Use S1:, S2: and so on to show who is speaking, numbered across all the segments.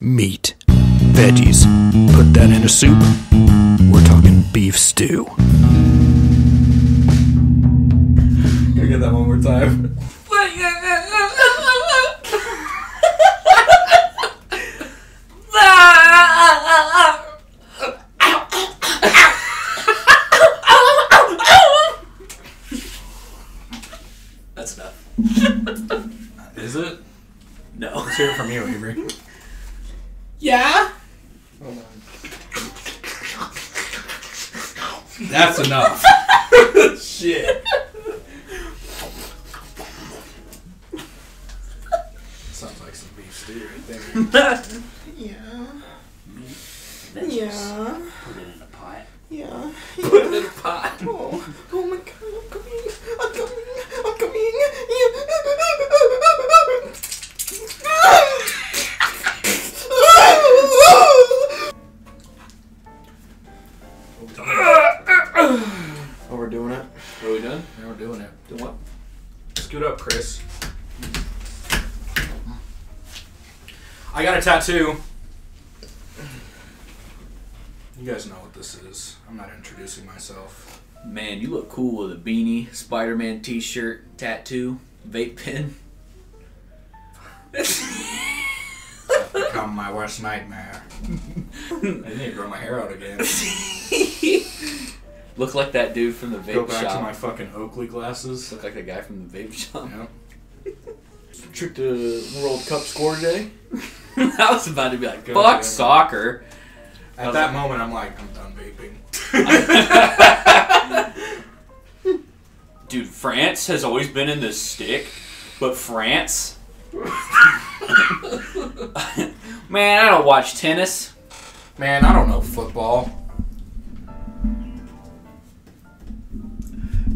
S1: meat, veggies. Put that in a soup. We're talking beef stew.
S2: Can we get that one more time?
S3: That's enough.
S2: Is it?
S3: No.
S2: Let's hear it from you, Avery.
S3: Yeah?
S2: That's enough.
S3: Shit.
S2: Sounds like some beef stew right there.
S4: Yeah. Yeah.
S3: Put it in a pot.
S4: Yeah.
S3: Put it in a pot.
S4: Oh, oh my god, I'm coming. I'm coming. I'm coming.
S2: Oh,
S4: Yeah. Overdoing it.
S3: Are we done?
S2: Now we're doing it.
S3: Done what?
S2: Scoot up, Chris. I got a tattoo. You guys know what this is. I'm not introducing myself.
S3: Man, you look cool with a beanie, Spider Man t shirt, tattoo, vape pen.
S2: Become my worst nightmare. I need to grow my hair out again.
S3: look like that dude from the vape
S2: Go back
S3: shop.
S2: to my fucking Oakley glasses.
S3: Look like the guy from the vape shop.
S2: Yep.
S4: Trip to World Cup score today.
S3: I was about to be like,
S2: Go
S3: fuck
S2: ahead.
S3: soccer.
S2: At that moment, I'm like, I'm done vaping.
S3: Dude, France has always been in this stick, but France. Man, I don't watch tennis.
S2: Man, I don't know football.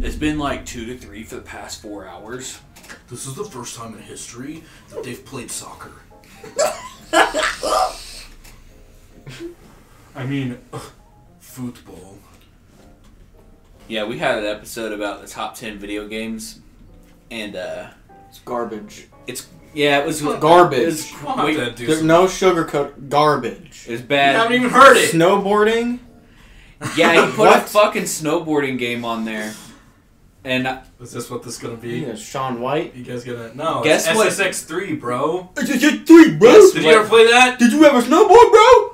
S3: It's been like two to three for the past four hours.
S2: This is the first time in history that they've played soccer. I mean, ugh, football.
S3: Yeah, we had an episode about the top ten video games, and uh,
S4: It's garbage.
S3: it's yeah, it was
S4: Garbage.
S3: It's
S2: Wait, that
S4: There's no sugarcoat. Garbage.
S3: It was bad.
S2: even heard
S4: Snowboarding.
S3: Yeah, he put a
S4: What?
S3: fucking snowboarding game on there, and I-
S2: Is this what this gonna be?
S4: Yeah, Sean White.
S2: You guys gonna no?
S3: Guess
S2: it's
S3: what-
S2: SSX3, bro.
S4: Three, bro.
S2: Did you ever play that?
S4: Did you ever snowboard, bro?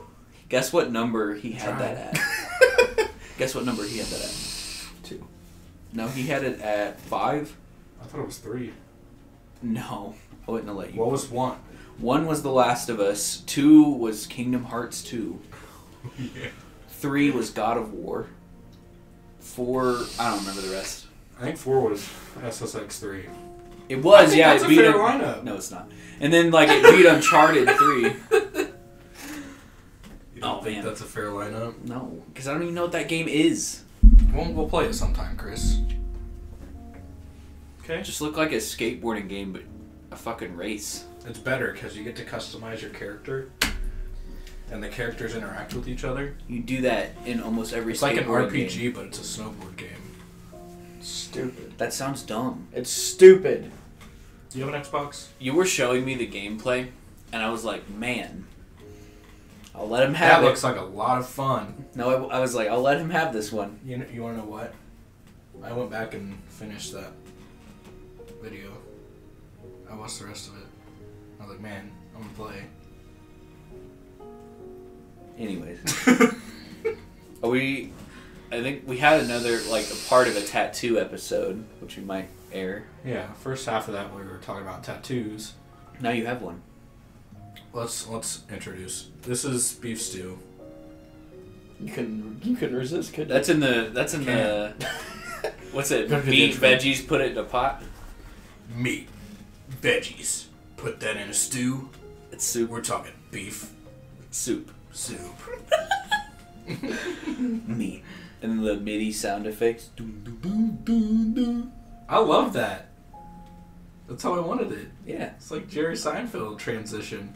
S3: guess what number he had
S2: Try.
S3: that at? guess what number he had that at?
S4: Two.
S3: No, he had it at five.
S2: I thought it was three.
S3: No, I wouldn't have let you.
S2: What was one?
S3: One was The Last of Us. Two was Kingdom Hearts Two. Three was God of War. Four, I don't remember the rest.
S2: I think four was SSX3.
S3: It was,
S2: I think
S3: yeah.
S2: that's
S3: it
S2: a
S3: beat
S2: fair
S3: Un-
S2: lineup.
S3: No, it's not. And then like it beat Uncharted Three.
S2: You don't
S3: Oh,
S2: think
S3: man.
S2: that's a fair lineup.
S3: No, because I don't even know what that game is.
S2: We'll, we'll play it sometime, Chris.
S3: It
S2: Okay.
S3: just looked like a skateboarding game, but a fucking race.
S2: It's better because you get to customize your character, and the characters interact with each other.
S3: You do that in almost every.
S2: It's like an
S3: skateboarding
S2: RPG,
S3: game.
S2: but it's a snowboard game.
S4: Stupid.
S3: That sounds dumb.
S4: It's stupid.
S2: Do you have an Xbox?
S3: You were showing me the gameplay, and I was like, man, I'll let him
S2: That
S3: have it.
S2: looks like a lot of fun.
S3: No, I, I was like, I'll let him have this one.
S2: You know, you want to know what? I went back and finished that video. I watched the rest of it. I was like, man, I'm gonna play.
S3: Anyways, are we? I think we had another like a part of a tattoo episode, which we might air.
S2: yeah, first half of that we were talking about tattoos.
S3: Now you have one.
S2: Let's let's introduce. This is beef stew.
S4: You couldn't. You couldn't resist, could
S3: That's in the. That's in the. What's it?
S4: Gotta do the
S3: Meat,
S4: intro.
S3: veggies, put it in a pot.
S2: Meat, veggies. Put that in a stew.
S3: It's soup.
S2: We're talking beef
S3: Soup.
S2: soup.
S3: Meat. And the MIDI sound effects.
S2: I love that. That's how I wanted it.
S3: Yeah.
S2: It's like Jerry Seinfeld transition.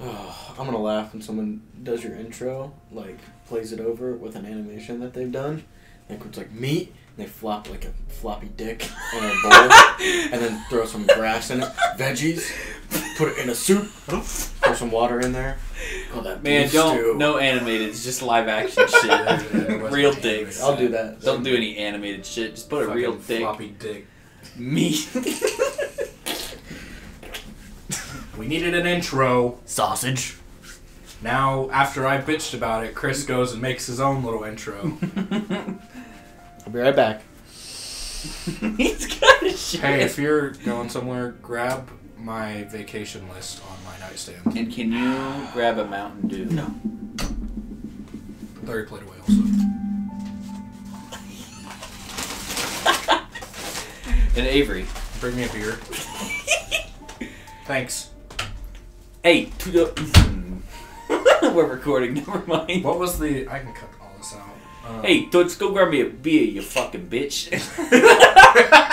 S4: Oh, I'm gonna laugh when someone does your intro, like plays it over with an animation that they've done, like it's like meat, and they flop like a floppy dick in a bowl, and then throw some grass in it, veggies, Put it in a soup. Throw some water in there. Call that
S3: Man,
S4: beef
S3: don't
S4: stew.
S3: no animated. It's just live action shit. real dicks.
S4: I'll do that.
S3: Don't do any animated shit. Just put a
S2: Fucking
S3: real dick.
S2: Floppy dick.
S3: Meat.
S2: We needed an intro.
S1: Sausage.
S2: Now, after I bitched about it, Chris goes and makes his own little intro.
S4: I'll be right back.
S3: He's got a shit.
S2: hey, if you're going somewhere, grab my vacation list on my nightstand.
S3: And can you grab a Mountain Dew? No.
S2: Larry played away also.
S3: And Avery.
S2: Bring me a beer. Thanks.
S3: Hey, to the. We're recording. Never mind.
S2: What was the? I can cut all this out. Uh,
S3: Hey, let's go grab me a beer, you fucking bitch.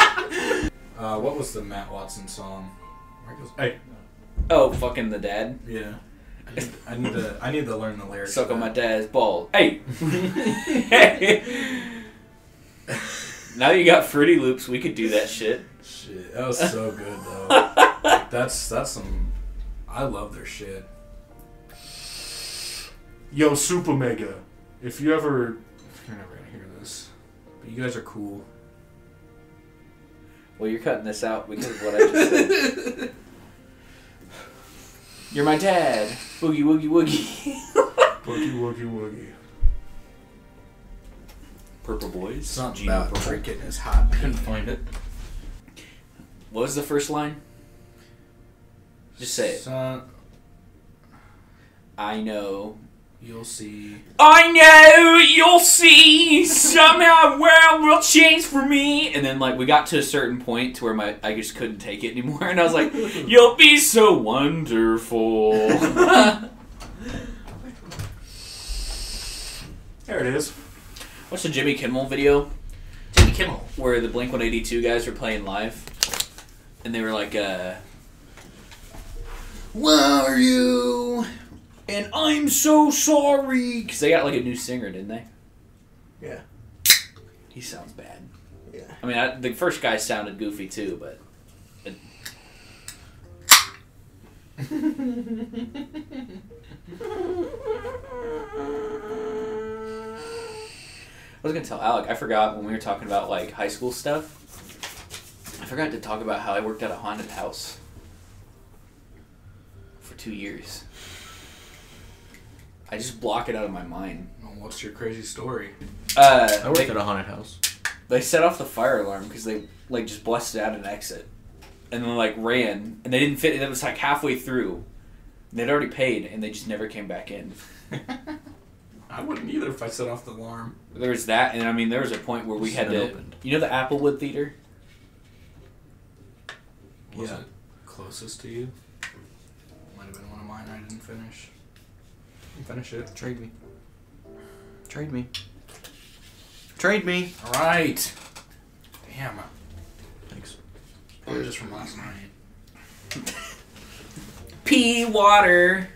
S2: Uh, what was the Matt Watson song? Where it goes, hey.
S3: oh, fucking the dad.
S2: Yeah. I need, I need to. I need to learn the lyrics.
S3: Suck
S2: to
S3: on my
S2: that.
S3: dad's ball. Hey. now you got Fruity Loops. We could do that shit.
S2: Shit, that was so good though. that's that's some. I love their shit. Yo, Super Mega, if you ever, you're never gonna hear this, but you guys are cool.
S3: Well, you're cutting this out because of what I just said. You're my dad. Boogie woogie woogie.
S2: Woogie woogie woogie.
S3: Purple boys.
S2: It's not
S3: Gino
S2: about
S3: Purple.
S2: drinking is hot. Couldn't find it.
S3: What was the first line? Just say it.
S2: Son,
S3: I know.
S2: you'll see.
S3: I know you'll see somehow world will change for me. And then like we got to a certain point to where my I just couldn't take it anymore, and I was like, "You'll be so wonderful."
S2: There it is.
S3: What's the Jimmy Kimmel video?
S2: Jimmy Kimmel.
S3: where the Blink One Eighty Two guys were playing live, and they were like, uh, "Where are you?" And I'm so sorry because they got like a new singer, didn't they?
S4: Yeah.
S3: He sounds bad.
S4: Yeah.
S3: I mean, I, the first guy sounded goofy too, but I was gonna tell Alec. I forgot when we were talking about like high school stuff. I forgot to talk about how I worked at a haunted house for two years. I just block it out of my mind.
S2: Well, what's your crazy story?
S3: Uh,
S4: I worked
S3: they-
S4: at a haunted house.
S3: they set off the fire alarm because they like just busted out an exit and then like ran and they didn't fit it was like halfway through and they'd already paid and they just never came back in
S2: I wouldn't either if I set off the alarm.
S3: there was that and i mean there was a point where we
S4: It's
S3: had
S4: been
S3: to
S4: opened.
S3: you know the applewood theater
S2: Was
S4: Yeah.
S2: it closest to you? Might have been one of mine I didn't finish. Didn't Finish it.
S4: Trade me. Trade me. Trade me.
S2: Alright! Damn.
S4: Thanks.
S2: Probably just from last night.
S3: pea water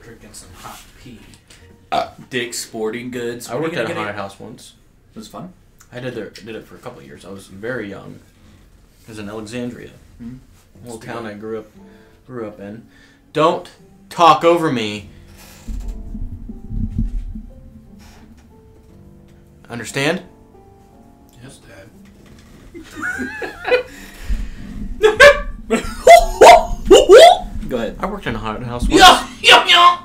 S2: Drinking some hot pee.
S3: dick sporting goods
S4: I
S3: When are
S4: worked
S3: you
S4: at a
S3: gonna
S4: haunted
S3: get
S4: house once.
S3: it was fun
S4: I did there, did it for a couple of years. I was very young. It was in Alexandria,
S3: Mhm.
S4: little town I grew up grew up in. Don't talk over me. Understand?
S2: Yes, Dad.
S3: go ahead
S4: I worked in a haunted house once.
S3: yeah, yeah, yeah.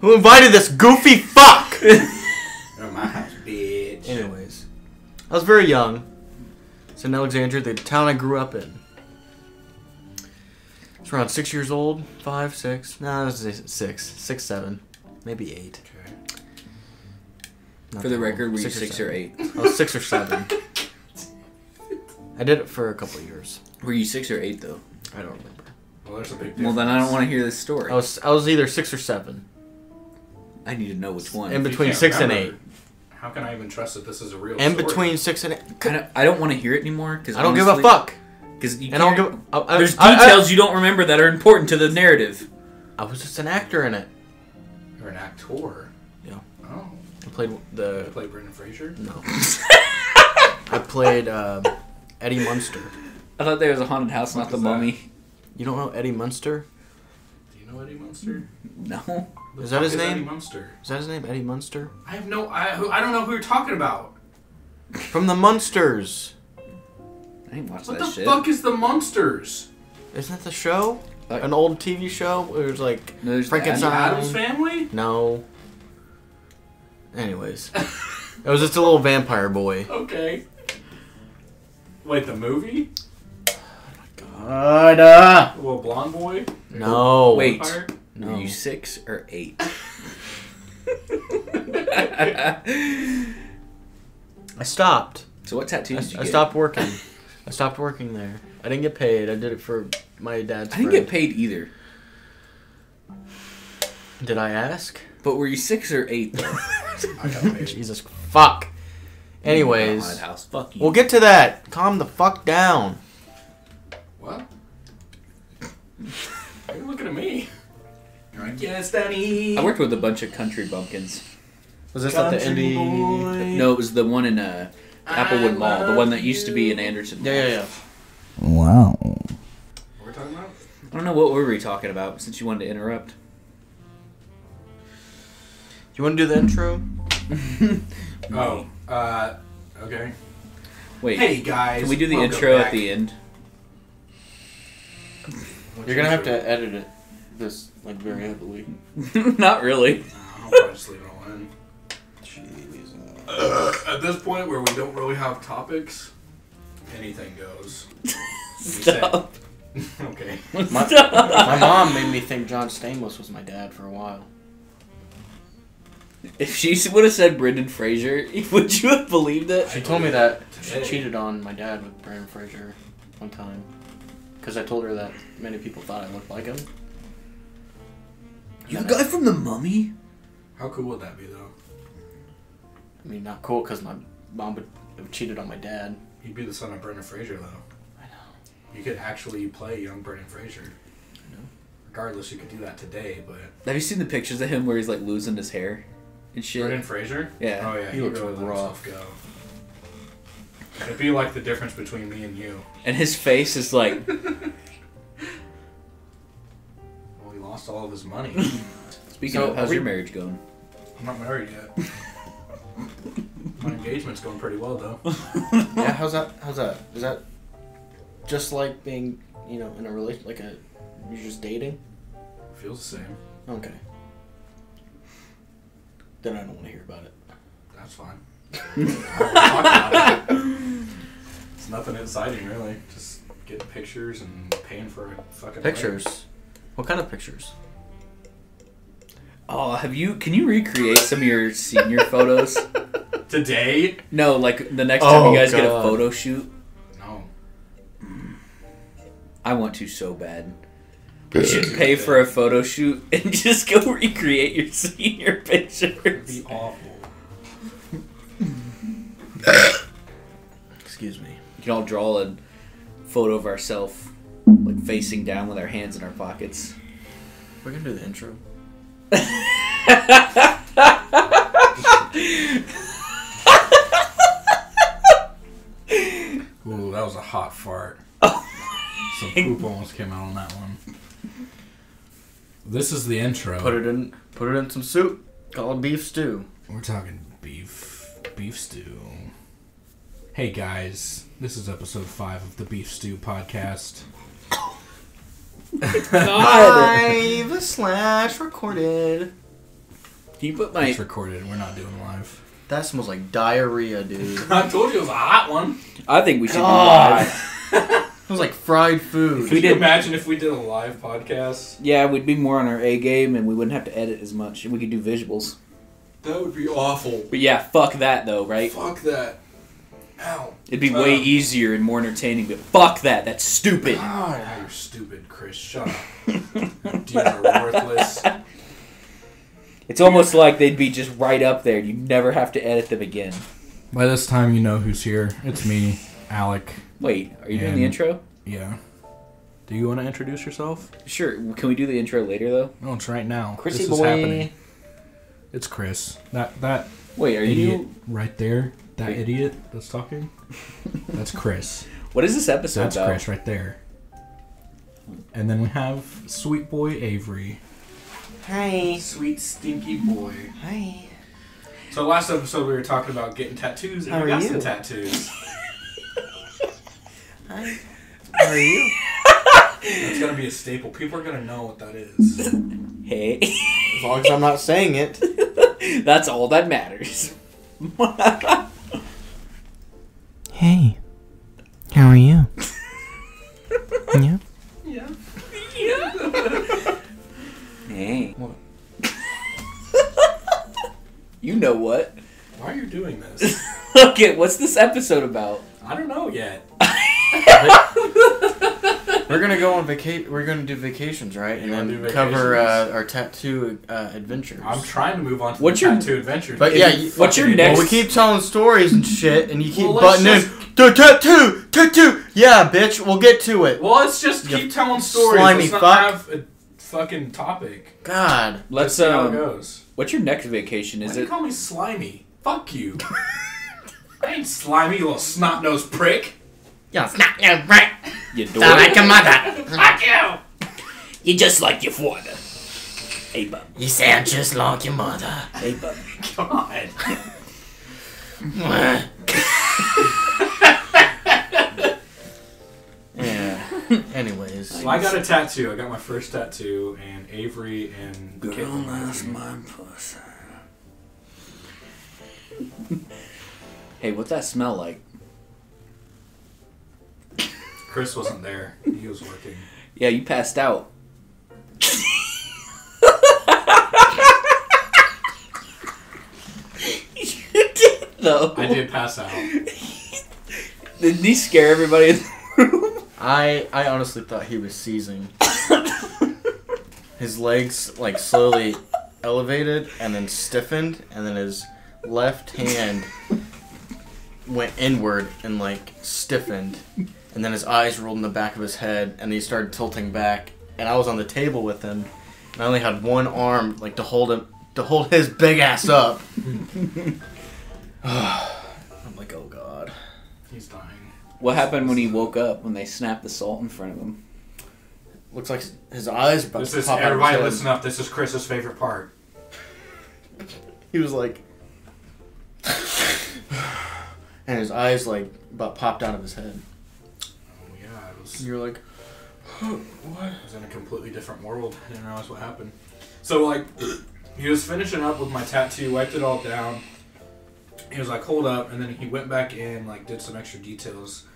S4: Who invited this goofy fuck?
S2: At Oh, my house, bitch.
S4: Anyways, I was very young. It's in Alexandria, the town I grew up in. It's around six years old, five, six. No, it was six, six, seven, maybe eight.
S2: Okay.
S4: Not
S3: for the
S4: that old.
S3: record were you six or
S4: seven.
S3: eight
S4: I was six or seven. I did it for a couple of years.
S3: were you six or eight though
S4: I don't remember.
S2: Well, there's a big difference.
S3: well then i don't want to hear this story
S4: I was I was either six or seven,
S3: i need to know which one
S4: in
S2: If you
S4: between
S2: can't
S4: six and
S2: remember,
S4: eight,
S2: How can I even trust that this is a real
S4: in
S2: story?
S4: between six and eight.
S3: I don't, I don't want to hear it anymore because
S4: I don't give a fuck,
S3: Because
S4: and I don't give. a- I, I,
S3: there's
S4: I- I-
S3: details you don't remember that are important to the narrative.
S4: I was just an actor in it.
S2: You're an actor.
S4: Yeah.
S2: Oh.
S4: I played
S2: You
S4: the
S2: play Brendan Fraser?
S4: No. I played uh, Eddie Munster.
S3: I thought there was a haunted house, not
S2: What
S3: the
S2: is that?
S3: mummy.
S4: You don't know Eddie Munster?
S2: Do you know Eddie Munster?
S3: No.
S2: The
S4: Is that
S2: fuck
S4: his name?
S2: Eddie Munster.
S4: Is that his name? Eddie Munster?
S2: I have no. I, who- I don't know who you're talking about.
S4: From the Munsters.
S3: I didn't watch
S2: What
S3: that
S2: the
S3: shit.
S2: fuck is the Munsters?
S4: Isn't that the show?
S3: Like-
S4: An old TV show? It was like
S3: Uh, No, there's the
S4: Frankenstein.
S2: Adam's family?
S4: No. Anyways, it was just a little vampire boy.
S2: Okay. Wait, the movie?
S4: God. Uh,
S2: The little blonde boy?
S4: no.
S3: Wait.
S2: Vampire?
S4: No.
S3: Were you six or eight?
S4: I stopped.
S3: so what tattoos
S4: I,
S3: did you
S4: I
S3: get?
S4: stopped working. I stopped working there. I didn't get paid. I did it for my dad's.
S3: I didn't
S4: friend.
S3: get paid either.
S4: Did I ask?
S3: But were you six or eight? though?
S2: I got paid.
S4: Jesus fuck.
S3: Haunted
S4: Anyways,
S3: house. Fuck you.
S4: we'll get to that. Calm the fuck down.
S2: What? Why are you looking at me? You're like, yes, Danny.
S3: I worked with a bunch of country bumpkins.
S4: Was this at the
S2: Country
S4: indie?
S2: boy.
S3: No, it was the one in uh, Applewood Mall, the one that used to be in Anderson.
S4: Yeah, yeah, yeah.
S2: What we're talking about?
S3: I don't know what were we talking about since you wanted to interrupt.
S4: You want to do the intro?
S2: Oh, uh, okay.
S3: Wait,
S2: Hey guys.
S3: can we do the
S2: welcome
S3: intro
S2: back.
S3: at the end?
S2: What's
S4: You're gonna have
S2: your-
S4: to edit it. This like very heavily.
S3: Not really.
S2: I'll probably just leave it all in. At this point, where we don't really have topics, anything goes.
S3: Stop.
S2: okay.
S4: My, my mom made me think John Stamos was my dad for a while.
S3: If she would have said Brendan Fraser, would you have believed it?
S4: She told me that she
S2: Today.
S4: cheated on my dad with Brandon Fraser one time. Because I told her that many people thought I looked like him.
S3: You the guy from The Mummy?
S2: How cool would that be, though?
S4: I mean, not cool because my mom would have cheated on my dad.
S2: You'd be the son of Brendan Fraser, though.
S4: I know.
S2: You could actually play young Brendan Fraser. Regardless, you could do that today, but
S3: Have you seen the pictures of him where he's like losing his hair and shit?
S2: Brendan Fraser.
S3: Yeah.
S2: Oh yeah.
S4: He
S2: He would
S4: looks
S2: really let
S4: rough.
S2: himself go. It'd be like the difference between me and you.
S3: And his face is like,
S2: Well, he lost all of his money.
S3: speaking
S4: So,
S3: of, how's
S4: are we-
S3: your marriage going?
S2: I'm not married yet. My engagement's going pretty well, though.
S4: Yeah, how's that? How's that? Is that just like being, you know, in a relation, like a, you're just dating?
S2: Feels the same.
S4: Okay. Then I don't want to hear about it.
S2: That's fine. Talk about it. it's nothing exciting, really. Just getting pictures and paying for a fucking
S4: What kind of pictures?
S3: Oh, have you? Can you recreate some of your senior photos?
S2: wedding. today.
S3: No, like the next time
S4: Oh,
S3: you guys get a
S4: God.
S3: photo shoot,
S2: No.
S3: I want to so bad. You should pay for a photo shoot and just go recreate your senior
S2: It'd
S3: pictures.
S2: be awful.
S4: Excuse me.
S3: We can all draw a photo of ourselves, like facing down with our hands in our pockets.
S4: We're gonna do the intro.
S2: Ooh, that was a hot fart. Some poop almost came out on that one. This is the intro.
S4: Put it in. Put it in some soup. Call it beef stew.
S2: We're talking beef, beef stew. Hey guys, this is episode five of the Beef Stew podcast.
S4: Live slash recorded.
S3: Can you put my?
S2: It's recorded. We're not doing live.
S4: That smells like diarrhea, dude. it
S2: I told you it was a hot one.
S3: I think we should. do live.
S4: smells like fried
S3: If we
S4: food.
S2: Could you
S3: did-
S2: imagine if we did a live podcast?
S3: Yeah, we'd be more on our A game, and we wouldn't have to edit as much, and we could do visuals.
S2: That would be awful.
S3: But yeah, fuck that though, right?
S2: Fuck that. Ow.
S3: It'd be way
S2: Uh.
S3: easier and more entertaining. But fuck that. That's stupid.
S2: God, you're stupid, Chris. Shut up. Dude, you're worthless.
S3: It's almost like they'd be just right up there. You never have to edit them again.
S2: By this time, you know who's here. It's me, Alec.
S3: Wait, are you doing the
S2: And-
S3: intro?
S2: Yeah. Do you want to introduce yourself?
S3: Sure. Can we do the intro later though?
S2: No, it's right now.
S4: Chrissy
S2: this is
S4: boy.
S2: happening. It's Chris. That that
S3: Wait, are
S2: idiot
S3: you?
S2: right there. That
S3: Wait.
S2: idiot that's talking. That's Chris.
S3: What is this episode
S2: That's
S3: about?
S2: Chris right there. And then we have Sweet Boy Avery.
S4: Hi.
S2: Sweet Stinky Boy.
S4: Hi.
S2: So last episode we were talking about getting tattoos and
S4: How
S2: we
S4: are
S2: got some
S4: you?
S2: tattoos.
S4: Hi. How are you?
S2: That's gonna be a staple. People are gonna know what that is.
S3: Hey,
S4: As long as I'm not saying it.
S3: that's all that matters.
S4: Hey. How are you? yeah.
S2: Yeah.
S3: hey.
S2: What?
S3: you know what?
S2: Why are you doing this?
S3: okay, what's this episode about?
S2: I don't know yet.
S4: We're gonna go on vacation. We're gonna do vacations, right?
S2: You wanna
S4: and
S2: do
S4: then cover uh,
S2: vacations?
S4: our tattoo uh, adventures.
S2: I'm trying to move on to
S3: What's
S2: the
S3: your-
S2: tattoo adventure.
S4: But yeah, you-
S3: What's your
S2: Fucking
S3: next-
S4: well, we keep telling stories and shit, and you keep
S2: Well, let's
S4: butting in. The tattoo, tattoo. Yeah, bitch. We'll get to it.
S2: Well, let's just
S4: You
S2: keep telling stories.
S4: slimy
S2: Let's not
S4: fuck.
S2: have a fucking topic.
S4: God.
S3: Let's
S2: see how it
S3: um.
S2: goes.
S3: What's your next vacation?
S2: Why
S3: Is
S2: do you
S3: it?
S2: call me slimy? Fuck you. I ain't slimy, you little snot nosed prick.
S4: Yeah, it's not your right.
S3: You
S4: Not like
S3: dork.
S4: your mother.
S2: Fuck you.
S3: You just like your father. Hey, bub.
S4: You sound just like your mother.
S3: Hey, bub.
S2: God.
S4: yeah. Anyways.
S2: So I got a tattoo. I got my first tattoo, and Avery and Caitlin left me.
S3: Hey, what's that smell like?
S2: Chris wasn't there. He was working.
S3: Yeah, you passed out. you did though.
S2: I did pass out.
S3: Didn't he scare everybody in the room?
S4: I I honestly thought he was seizing. his legs like slowly elevated and then stiffened, and then his left hand went inward and like stiffened, and then his eyes rolled in the back of his head, and he started tilting back. And I was on the table with him, and I only had one arm like to hold him to hold his big ass up. I'm like, oh god.
S2: He's dying.
S3: What happened when he woke up when they snapped the salt in front of him?
S4: Looks like his eyes are about
S2: This
S4: to
S2: is
S4: pop out of his
S2: everybody.
S4: head.
S2: Listen up. This is Chris's favorite part.
S4: he was like and his eyes like about popped out of his head
S2: Oh yeah, I was.
S4: you're like what
S2: I was in a completely different world. I didn't realize what happened. So like, he was finishing up with my tattoo, wiped it all down. He was like, "Hold up," and then he went back in, like, did some extra details.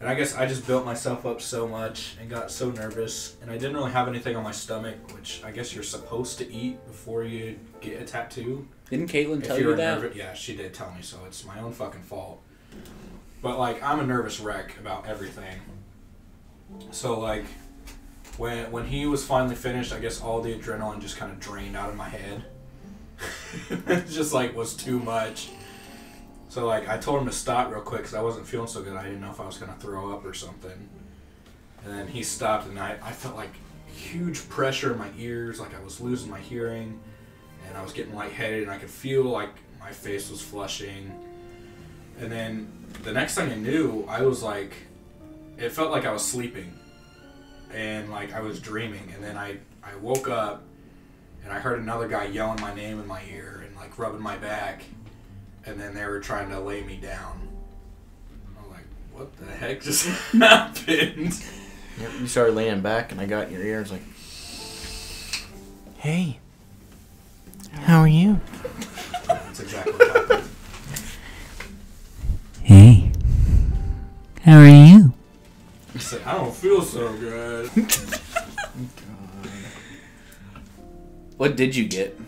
S2: And I guess I just built myself up so much and got so nervous, and I didn't really have anything on my stomach, which I guess you're supposed to eat before you get a tattoo.
S3: Didn't Caitlin
S2: If
S3: tell
S2: you're
S3: you
S2: a
S3: that?
S2: nervous- yeah, she did tell me, so it's my own fucking fault. But like, I'm a nervous wreck about everything. So like, when when he was finally finished, I guess all the adrenaline just kind of drained out of my head. it just like was too much. So like, I told him to stop real quick because I wasn't feeling so good. I didn't know if I was gonna throw up or something. And then he stopped, and I, I felt like huge pressure in my ears, like I was losing my hearing and I was getting lightheaded, and I could feel like my face was flushing. And then the next thing I knew, I was like, it felt like I was sleeping, and like I was dreaming. And then I I woke up, and I heard another guy yelling my name in my ear and like rubbing my back, and then they were trying to lay me down. I'm like, what the heck just happened?
S4: Yep, you started leaning back and i got in your ear and was like hey how are you
S2: That's exactly what happened.
S5: Hey, how are you?
S2: I said, I don't feel so good.
S3: What did you get?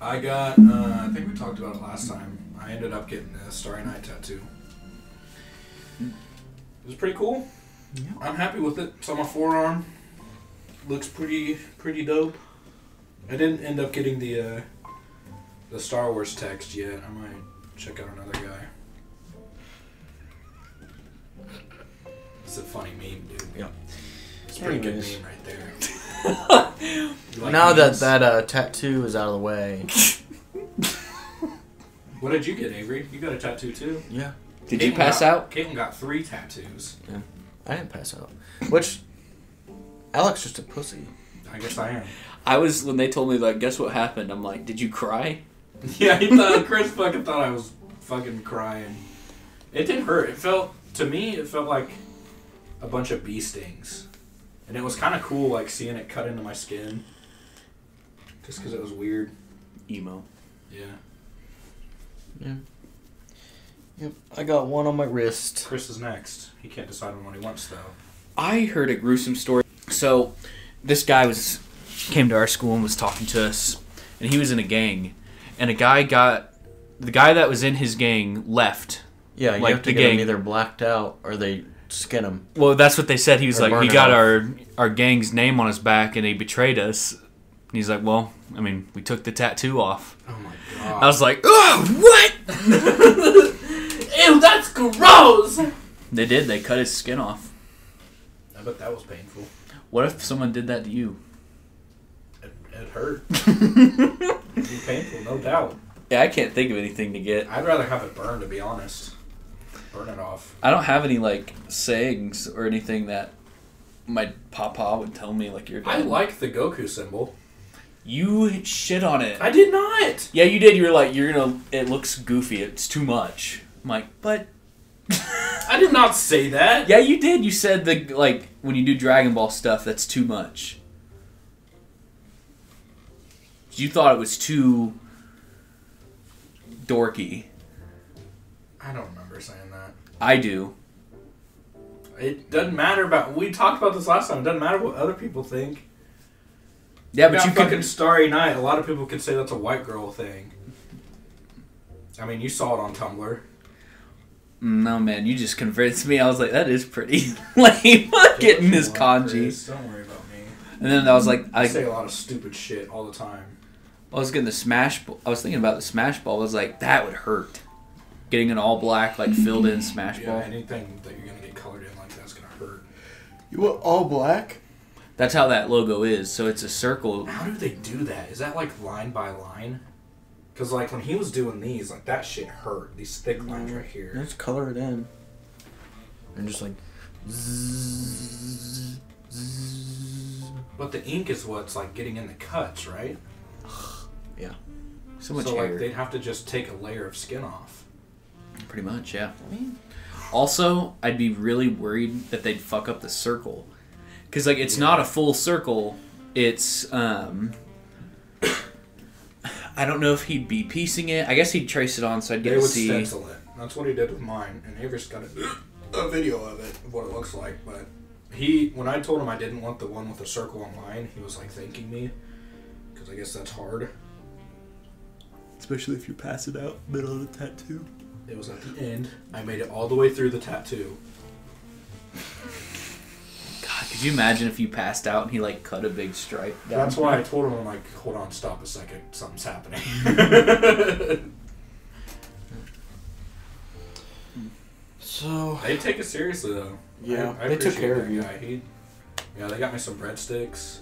S2: I got. Uh, I think we talked about it last time. I ended up getting a Starry Night tattoo. It was pretty cool.
S4: Yeah.
S2: I'm happy with it. It's on my forearm. Looks pretty pretty dope. I didn't end up getting the uh, the Star Wars text yet. I might check out another guy. It's a funny meme, dude.
S4: Yeah.
S2: It's a pretty good
S4: Anyways.
S2: meme right there. You like
S4: now that
S2: memes?
S4: that uh, tattoo is out of the way
S2: What did you get, Avery? You got a tattoo too.
S4: yeah
S3: Did you
S2: Caitlin
S3: pass
S2: got-
S3: out?
S2: Caitlin got three tattoos.
S4: I didn't pass out. Which, Alex just a pussy.
S2: I guess I am.
S3: I was when they told me like, guess what happened? I'm like, did you cry?
S2: Yeah, he thought Chris fucking thought I was fucking crying. It didn't hurt. It felt to me, it felt like a bunch of bee stings, and it was kind of cool, like seeing it cut into my skin, just because it was weird.
S3: Emo.
S2: Yeah,
S4: Yep. I got one on my wrist.
S2: Chris is next. He can't decide on what he wants though.
S3: I heard a gruesome story. So, this guy was came to our school and was talking to us, and he was in a gang, and a guy got the guy that was in his gang left.
S4: Yeah, you
S3: Like
S4: have to
S3: the
S4: get
S3: gang.
S4: them either blacked out or they skin them.
S3: Well, that's what they said. He was
S4: Or
S3: like, he
S4: burn
S3: got
S4: it off."
S3: our our gang's name on his back, and he betrayed us. And he's like, well, I mean, we took the tattoo off.
S2: Oh my
S3: I
S2: god.
S3: was like, oh, what?
S2: Ew, that's gross.
S3: They did. They cut his skin off.
S2: I bet that was painful.
S3: What if someone did that to you?
S2: It, it hurt. It'd be painful, no doubt.
S3: Yeah, I can't think of anything to get.
S2: I'd rather have it burned, to be honest. Burn it off.
S3: I don't have any like sayings or anything that my papa would tell me like you're.
S2: I
S3: dead.
S2: like the Goku symbol.
S3: you shit on it.
S2: I did not.
S3: yeah, you did. You were like, you're gonna. It looks goofy. It's too much. I'm like, but
S2: I did not say that.
S3: yeah, you did. You said the like when you do Dragon Ball stuff, that's too much. You thought it was too dorky.
S2: I don't remember saying that.
S3: I do.
S2: It doesn't matter about. We talked about this last time. It doesn't matter what other people think.
S3: Yeah, but you
S2: fucking
S3: could.
S2: Starry Night. A lot of people could say that's a white girl thing. I mean, you saw it on Tumblr.
S3: No, man, you just convinced me. I was like, that is pretty lame. Getting this kanji.
S2: Chris, Don't worry about me.
S3: And then I was like,
S2: I
S3: I,
S2: say a lot of stupid shit all the time.
S3: I was getting the smash. b- I was thinking about the smash ball. I was like, that would hurt. Getting an all black, like filled in smash
S2: Yeah,
S3: ball.
S2: anything that you're gonna get colored in like that's gonna hurt.
S4: You want all black?
S3: That's how that logo is. So it's a circle.
S2: How do they do that? Is that like line by line? Because like when he was doing these, like that shit hurt. These thick lines
S3: Mm-hmm.
S2: right here.
S4: Let's color it in. And just like. zzz, zzz.
S2: But the ink is what's like getting in the cuts, right?
S3: So much
S2: so
S3: hair.
S2: like they'd have to just take a layer of skin off.
S3: Pretty much, yeah. Also, I'd be really worried that they'd fuck up the circle. Because, like, it's not a full circle. It's, um. I don't know if he'd be piecing it. I guess he'd trace it on so I'd get
S2: They
S3: to
S2: would
S3: see.
S2: stencil it. That's what he did with mine, and Avery's got a, a video of it of what it looks like. But he, when I told him I didn't want the one with the circle on mine, he was like thanking me because I guess that's hard.
S6: Especially if you pass it out middle of the tattoo.
S2: It was at the end. I made it all the way through the tattoo.
S3: God, could you imagine if you passed out and he, like, cut a big stripe?
S2: That's why I told him, I'm like, hold on, stop a second, something's happening.
S4: So.
S2: they take it seriously though.
S4: Yeah,
S2: I, I
S4: they took
S2: appreciate
S4: care
S2: that
S4: of you.
S2: Guy. He, yeah, they got me some breadsticks.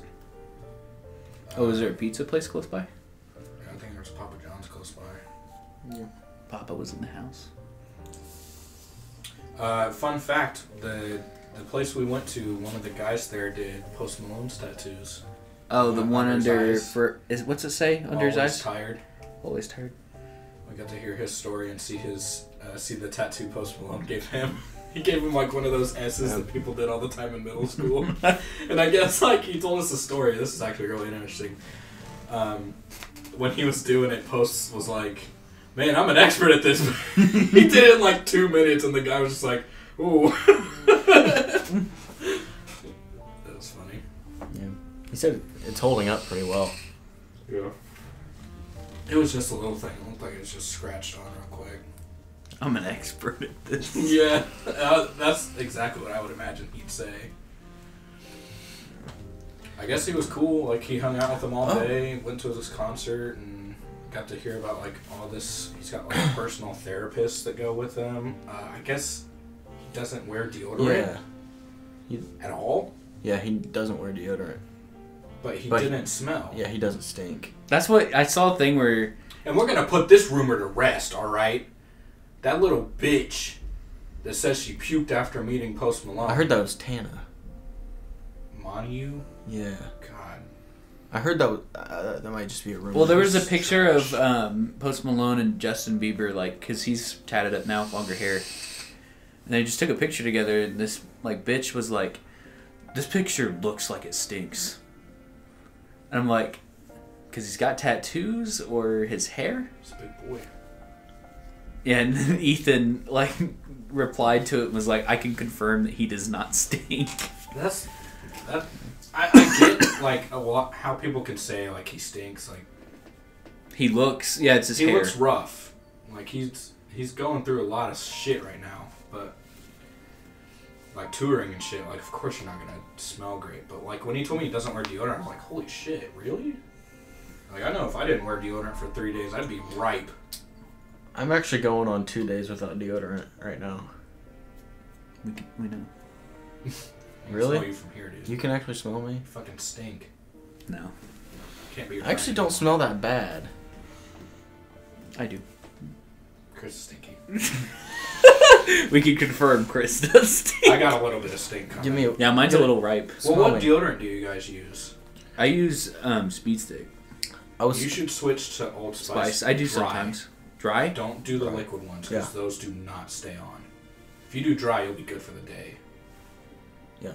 S3: Oh, is there a pizza place close by?
S2: I think there's Papa John's close by.
S3: Papa was in the house.
S2: Uh, fun fact: the the place we went to, one of the guys there did Post Malone's tattoos.
S3: Oh, the
S2: Uh,
S3: one
S2: under his
S3: under
S2: eyes.
S3: for is what's it say under his
S2: Always
S3: eyes?
S2: tired.
S3: Always tired.
S2: We got to hear his story and see his uh, see the tattoo Post Malone gave him. He gave him like one of those S's that people did all the time in middle school, and I guess like he told us a story. This is actually really interesting. Um, when he was doing it, Post was like, "Man, I'm an expert at this." he did it in like two minutes, and the guy was just like, "Ooh." that was funny.
S4: He said it's holding up pretty well.
S2: Yeah. It was just a little thing. It looked like it was just scratched on real quick.
S3: I'm an expert at this.
S2: Yeah, uh, that's exactly what I would imagine he'd say. I guess he was cool. Like he hung out with them all
S4: Oh.
S2: day, went to his concert, and got to hear about like all this. He's got like personal therapists that go with him. Uh, I guess he doesn't wear deodorant
S4: Yeah.
S2: at all,
S4: Yeah, he doesn't wear deodorant.
S2: but he
S4: But-
S2: didn't smell.
S4: Yeah, he doesn't stink.
S3: That's what I saw a thing where
S2: And we're gonna put this rumor to rest. All right, that little bitch that says she puked after meeting Post Malone.
S4: I heard that was Tana.
S2: Manu.
S4: Yeah.
S2: God.
S4: I heard that was, uh, that might just be a rumor.
S3: Well, there was a picture of um, Post Malone and Justin Bieber, like, because he's tatted up now, longer hair. And they just took a picture together, and this, like, bitch was like, This picture looks like it stinks. And I'm like, Because he's got tattoos or his hair?
S2: It's a big boy.
S3: And then Ethan, like, replied to it and was like, I can confirm that he does not stink.
S2: That's that. I, I get like a lot how people can say like he stinks. Like
S3: He looks, yeah, it's his
S2: he
S3: hair.
S2: looks rough. Like he's he's going through a lot of shit right now. But like touring and shit. Like of course you're not gonna smell great. But like when he told me he doesn't wear deodorant, I was like, holy shit, really? Like I know if I didn't wear deodorant for three days, I'd be ripe.
S4: I'm actually going on two days without deodorant right now.
S3: we, can- we know.
S2: I can
S4: Really?
S2: Smell you from here, dude. You
S4: You can actually smell me.
S2: fucking stink.
S3: No,
S2: Can't be. your
S4: I actually
S2: friend.
S4: don't smell that bad.
S3: I do.
S2: Chris is stinky.
S3: We can confirm Chris does stink.
S2: I got a little bit of stink. Coming.
S4: Give me. A,
S3: Yeah, mine's a little ripe.
S2: Well,
S4: smell
S2: what
S4: me.
S2: deodorant do you guys use?
S3: I use um, Speed Stick
S4: I was.
S2: You should switch to Old Spice.
S3: Spice. I do
S2: dry.
S3: sometimes. Dry?
S2: Don't do the liquid ones because those do not stay on. If you do dry, you'll be good for the day.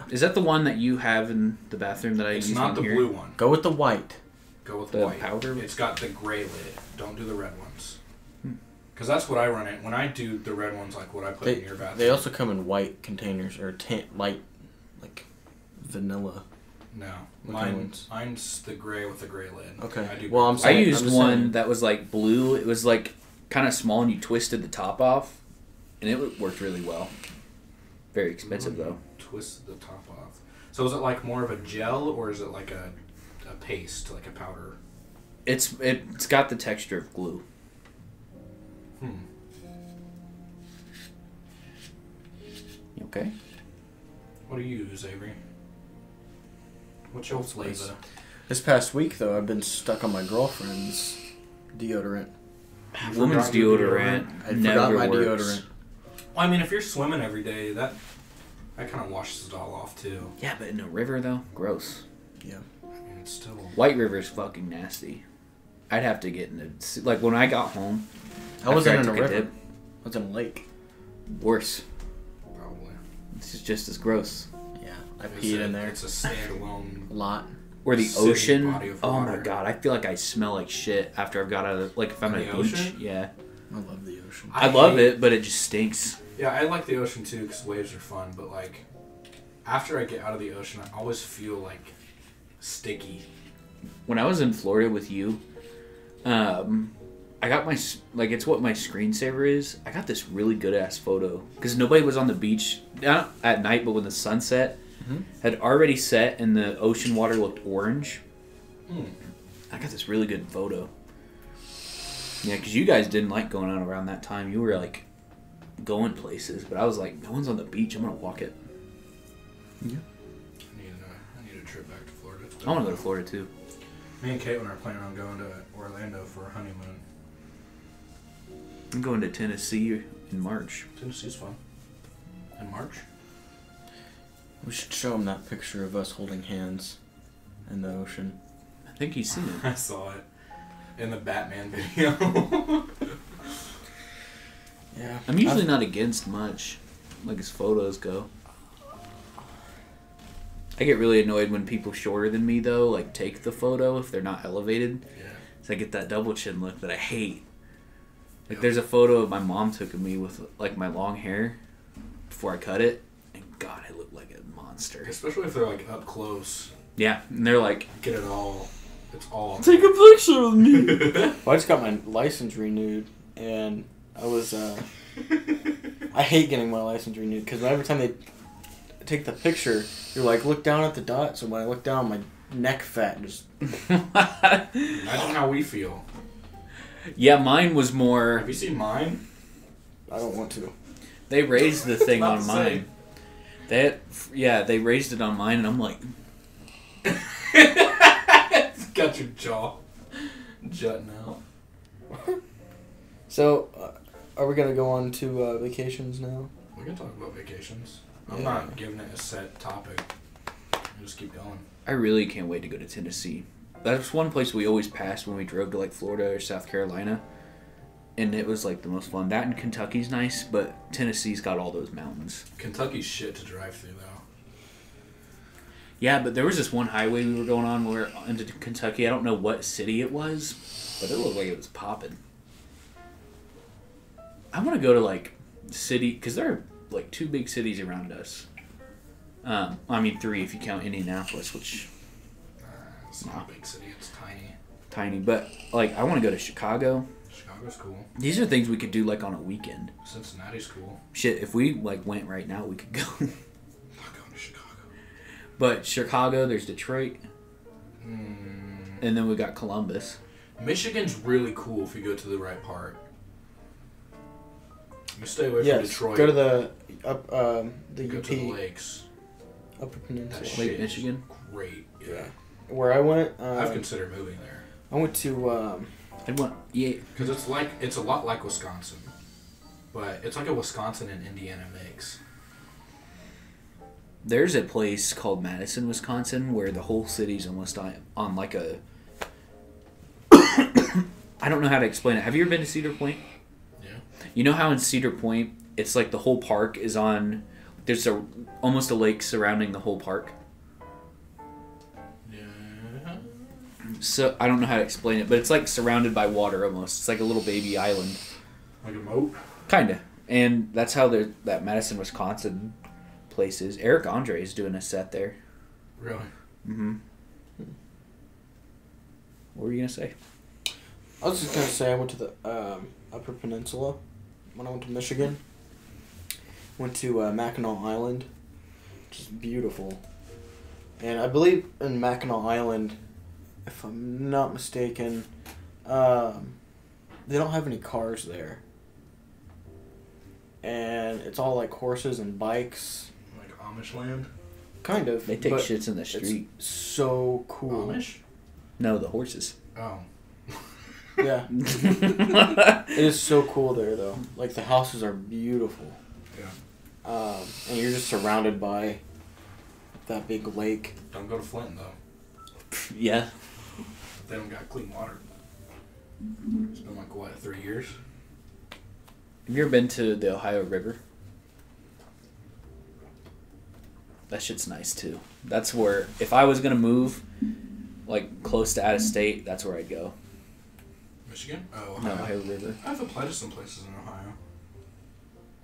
S3: Is that the one that you have in the bathroom that I
S2: It's
S3: use?
S2: not
S3: in
S2: the
S3: here?
S2: blue one.
S4: Go with the white.
S2: Go with
S3: The
S2: white.
S3: powder?
S2: It's got the gray lid. Don't do the red ones.
S4: Hmm.
S2: Because that's what I run it. When I do the red ones, like what I put
S4: They,
S2: in your bathroom.
S4: they also come in white containers or tan, light, like vanilla.
S2: no.
S4: What
S2: Mine,
S4: kind ones?
S2: Mine's the gray with the gray lid.
S4: Okay.
S2: I do
S4: Well, I'm
S2: both.
S3: I
S4: sorry.
S3: used
S4: just
S3: one
S4: saying.
S3: that was like blue. It was like kind of small, and you twisted the top off, and it w- worked really well. Very expensive though.
S2: Twist the top off. So is it like more of a gel or is it like a, a paste, like a powder?
S3: It's it, it's got the texture of glue.
S2: Hmm.
S3: You okay?
S2: What do you use, Avery? What's your flavor?
S4: This past week though, I've been stuck on my girlfriend's deodorant.
S3: Woman's
S2: forgot your
S3: deodorant.
S4: I forgot
S3: never
S4: my
S3: works.
S4: deodorant.
S2: Well, I mean, if you're swimming every day, that that kind of washes it all off too.
S3: Yeah, but in a river though, gross.
S2: I mean, it's still.
S3: White River's fucking nasty. I'd have to get in the like when I got home.
S4: I wasn't in
S3: after
S4: a
S3: took
S4: river.
S3: dip,
S4: I was in a lake.
S3: worse.
S2: Probably.
S3: This is just as gross.
S4: Yeah, I
S2: It's
S4: peed
S2: a-
S4: in there
S2: It's a standalone.
S4: a lot.
S3: Or the
S2: City
S3: ocean.
S2: body of
S3: Oh my
S2: water.
S3: god, I feel like I smell like shit after I've got out of like if I'm
S2: In
S3: at a
S2: the
S3: beach.
S2: ocean?
S3: Yeah,
S4: I love the ocean.
S3: I, love
S2: hate-
S3: it, but it just stinks.
S2: Yeah, I like the ocean too because waves are fun. But like, after I get out of the ocean, I always feel like sticky.
S3: When I was in Florida with you, um, I got my s- like it's what my screensaver is. I got this really good ass photo because nobody was on the beach not at night, but when the sunset had already set and the ocean water looked orange.
S2: Mm.
S3: I got this really good photo. Yeah, because you guys didn't like going out around that time. You were like going places, but I was like, no one's on the beach. I'm gonna walk it.
S2: I need a, I need a trip back to Florida. It's
S3: I want
S2: been-
S3: to go to Florida too.
S2: Me and Caitlin are planning on going to Orlando for our honeymoon.
S3: I'm going to Tennessee in March.
S2: Tennessee's fun. In March.
S4: We should show him that picture of us holding hands in the ocean.
S3: I think he's seen it.
S2: I saw it in the Batman video.
S4: Yeah.
S3: I'm usually not against much, like as photos go. I get really annoyed when people shorter than me though, like take the photo if they're not elevated.
S2: yeah.
S3: So I get that double chin look that I hate. Like
S2: Yep.
S3: there's a photo of my mom took of me with like my long hair before I cut it, and God, I look like a monster.
S2: Especially if they're like up close,
S3: Yeah, and they're like,
S2: get it all. It's all.
S3: a picture of me.
S4: Well, I just got my license renewed, and I was. Uh, I hate getting my license renewed because every time they take the picture, you're like, look down at the dot. So when I look down, my neck fat just.
S2: Imagine how we feel.
S3: yeah, mine was
S2: Have
S3: more.
S2: you seen mine?
S4: I don't want to.
S3: They raised the thing
S2: About
S3: on
S2: the same.
S3: mine. That yeah, they raised it on mine, and I'm like,
S2: Got your jaw jutting out.
S4: So, uh, are we gonna go on to uh, vacations now?
S2: We can talk about vacations. I'm not giving it a set topic. I just keep going.
S7: I really can't wait to go to Tennessee. That's one place we always passed when we drove to like Florida or South Carolina. And it was like the most fun. That and Kentucky's nice, but Tennessee's got all those mountains.
S2: Kentucky's shit to drive through though.
S3: Yeah, but there was this one highway we were going on. We were into Kentucky. I don't know what city it was, but it looked like it was popping. I want to go to like city because there are like two big cities around us. Um, I mean three if you count Indianapolis, which
S2: It's not a big city. It's tiny.
S3: tiny. But like I want to go to Chicago.
S2: Chicago's cool.
S3: These are things we could do like on a weekend.
S2: Cincinnati's cool.
S3: Shit, if we like went right now, we could go.
S2: I'm not going to Chicago.
S3: but Chicago, there's Detroit, and then we got Columbus.
S2: Michigan's really cool if you go to the right part. You stay away from Detroit.
S4: Go to the up um, the
S2: Go
S4: UP
S2: to the lakes.
S4: Upper
S2: That
S4: Peninsula.
S2: shit
S3: Lake
S2: is
S3: Michigan?
S2: Great. Yeah.
S4: Yeah. Where I went,
S2: I've
S4: um,
S2: considered moving there
S4: I went to um,
S3: I want yeah.
S2: because it's like it's a lot like Wisconsin, but it's like a Wisconsin and Indiana mix.
S3: There's a place called Madison, Wisconsin, where the whole city's almost on, on like a. I don't know how to explain it. Have you ever been to Cedar Point?
S2: Yeah.
S3: You know how in Cedar Point, it's like the whole park is on. There's a almost a lake surrounding the whole park.
S2: Yeah.
S3: So I don't know how to explain it, but it's like surrounded by water almost. It's like a little baby island,
S2: Like a moat.
S3: kinda. And that's how there that Madison, Wisconsin place is. Eric Andre is doing a set there.
S2: Really.
S4: Mm-hmm.
S3: What were you gonna say?
S4: I was just gonna say I went to the um, Upper Peninsula when I went to Michigan. Went to uh, Mackinac Island, which is beautiful, and I believe in Mackinac Island, if I'm not mistaken, um, they don't have any cars there, and it's all like horses and bikes,
S2: Like Amish land.
S4: kind of.
S3: They take
S4: but
S3: shits in the street.
S4: It's so cool.
S2: Amish.
S3: No, the horses.
S2: Oh.
S4: Yeah, it is so cool there though. Like the houses are beautiful.
S2: Yeah.
S4: um, and you're just surrounded by that big lake.
S2: Don't go to Flint though.
S3: yeah.
S2: They don't got clean water. It's been like what three years.
S3: Have you ever been to the Ohio River? That shit's nice too. That's where if I was gonna move, like close to out of state, that's where I'd go.
S2: Michigan. Oh.
S3: No,
S2: Ohio.
S3: Ohio River.
S2: I've applied to some places in Ohio.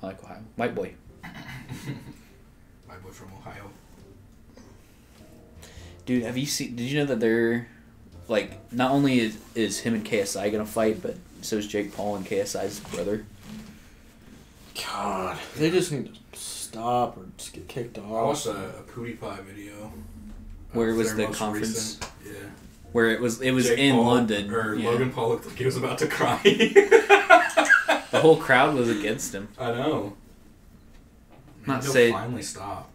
S3: I like Ohio. White boy.
S2: My boy from Ohio.
S3: Dude, have you seen? Did you know that they're like not only is, is him and KSI gonna fight, but so is Jake Paul and KSI's brother.
S4: God, they just need to stop or just get kicked
S2: I watched
S4: off.
S2: a, a PewDiePie video.
S3: Where
S2: of
S3: was
S2: their
S3: the
S2: most
S3: conference?
S2: recent- yeah.
S3: Where it was, it was
S2: Jake
S3: in
S2: Paul-
S3: London.
S2: Or
S3: Yeah.
S2: Logan Paul looked like he was about to cry.
S3: The whole crowd was against him.
S2: I know.
S3: Not
S2: He'll
S3: say-
S2: Finally stop.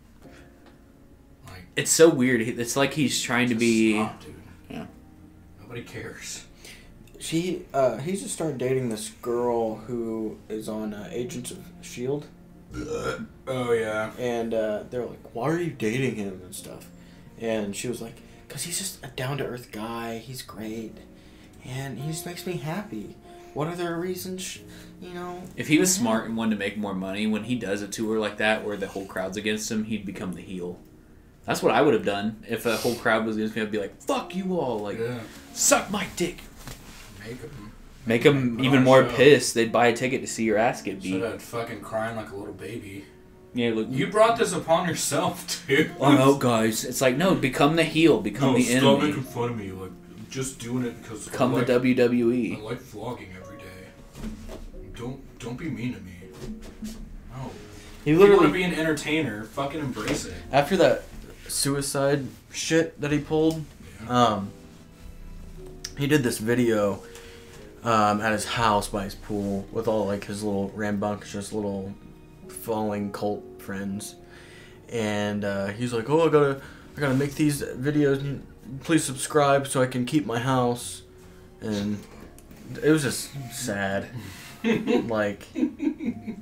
S2: Like
S3: It's so weird. He- It's like he's trying to
S2: just
S3: be.
S2: Stop, dude.
S3: Yeah.
S2: Nobody cares.
S4: She, uh, he just started dating this girl who is on uh, Agents of Shield,
S2: Oh yeah.
S4: and uh, they're like, "Why are you dating him and stuff?" And she was like, "Cause he's just a down to earth guy. He's great, and he just makes me happy. What other reasons, sh- you know?"
S3: If he was smart and wanted to make more money, when he does a tour like that where the whole crowd's against him, he'd become the heel. That's what I would have done if a whole crowd was against me. I'd be like, "Fuck you all! Like,
S2: Yeah.
S3: suck my dick."
S2: Make him.
S3: Make them
S2: Put on
S3: even
S2: a
S3: more
S2: show.
S3: pissed. They'd buy a ticket to see your ass get beat.
S2: Should have fucking crying like a little baby.
S3: Yeah, look.
S2: You brought this upon yourself, dude.
S3: oh no, guys! It's like no, become the heel, become
S2: No,
S3: the
S2: stop
S3: enemy,
S2: making fun of me. Like, I'm just doing it because I
S3: become
S2: like-
S3: the E. WWE.
S2: I like vlogging every day. Don't don't be mean to me. No.
S4: He
S2: If you
S4: literally
S2: want to be an entertainer, fucking embrace it.
S4: after that suicide shit that he pulled, um, he did this video um, at his house by his pool with all like his little rambunctious little falling cult friends, and uh, he's like, "Oh, I gotta, I gotta make these videos. and Please subscribe so I can keep my house." And it was just sad, like.
S2: Did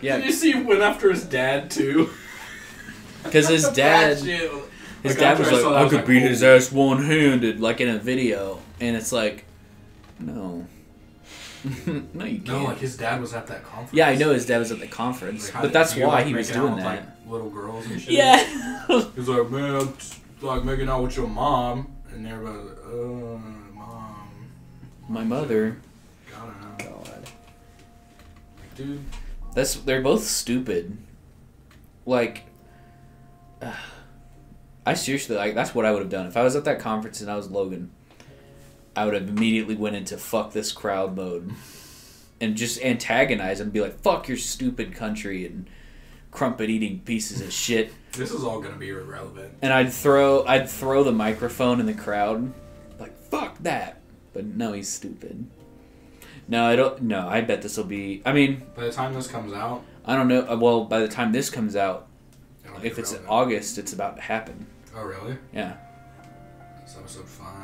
S3: Yeah,
S2: you see he went after his dad too?
S3: because his dad,
S2: That shit was-
S3: his
S2: Like,
S3: dad
S2: after
S3: was
S2: I
S3: like,
S2: saw that,
S3: I
S2: was
S3: could
S2: like,
S3: beat
S2: oh.
S3: his ass one handed, like in a video, and it's like, no, no, you can't.
S2: No, like his dad was at that conference.
S3: yeah, I know his dad was at the conference,
S2: Like, how
S3: but
S2: did
S3: that's
S2: you,
S3: why
S2: like,
S3: he
S2: make
S3: was
S2: out
S3: doing
S2: with,
S3: that.
S2: Like, little girls and shit.
S3: Yeah.
S2: He's like, man, I'm just, like making out with your mom, and everybody, was like, oh, mom,
S3: My mother.
S2: God, I don't know.
S3: God.
S2: Like, dude.
S3: That's they're both stupid. Like, I seriously like that's what I would have done if I was at that conference and I was Logan. I would have immediately went into fuck this crowd mode, and just antagonize and be like, "Fuck your stupid country and crumpet eating pieces of shit."
S2: This is all gonna be irrelevant.
S3: And I'd throw I'd throw the microphone in the crowd, like "Fuck that!" But no, he's stupid. No, I don't. No, I bet this will be. I mean,
S2: By the time this comes out,
S3: I don't know. uh, Well, by the time this comes out,
S2: it'll be
S3: if it's in
S2: irrelevant.
S3: August, it's about to happen.
S2: oh really?
S3: Yeah.
S2: It's episode five.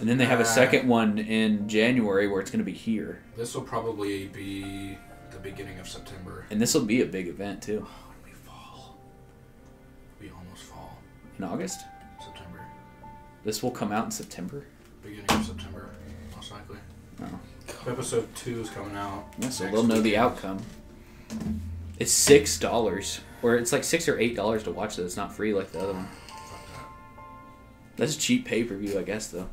S3: And then they have
S2: Ah,
S3: a second one in January where it's going to be here.
S2: This will probably be the beginning of September.
S3: And this will be a big event too.
S2: When we fall, we almost fall.
S3: In August?
S2: September,
S3: This will come out in September.
S2: beginning of September, most likely.
S3: Oh.
S2: Episode two is coming out.
S3: Yeah, so
S2: next
S3: they'll know the
S2: weekend.
S3: outcome. It's six dollars, or it's like six or eight dollars to watch. Though it's not free like the other one.
S2: Fuck that.
S3: That's cheap pay per view, I guess. Though.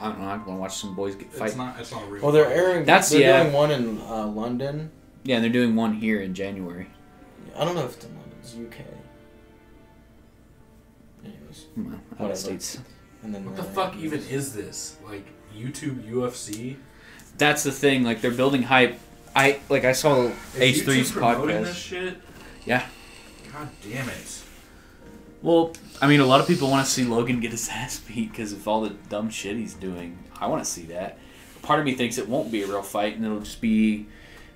S3: I don't know. I want to watch some boys get fight.
S2: It's not. It's not a real.
S4: Well, Oh, they're
S2: fight.
S4: airing.
S3: That's-
S4: they're
S3: yeah.
S4: doing one in uh, London.
S3: yeah, and they're doing one here in January.
S4: I don't know if it's in London. It's UK. Anyways,
S3: Hmm, out of
S4: Whatever.
S3: states.
S4: and then
S2: What the
S4: uh,
S2: fuck even is this? Like YouTube UFC?
S3: that's the thing. Like they're building hype. I like I saw
S2: Is
S3: H
S2: YouTube
S3: 3s
S2: promoting This
S3: podcast.
S2: shit?
S3: Yeah.
S2: God damn it.
S3: Well, I mean, a lot of people want to see Logan get his ass beat because of all the dumb shit he's doing. I want to see that. Part of me thinks it won't be a real fight and it'll just be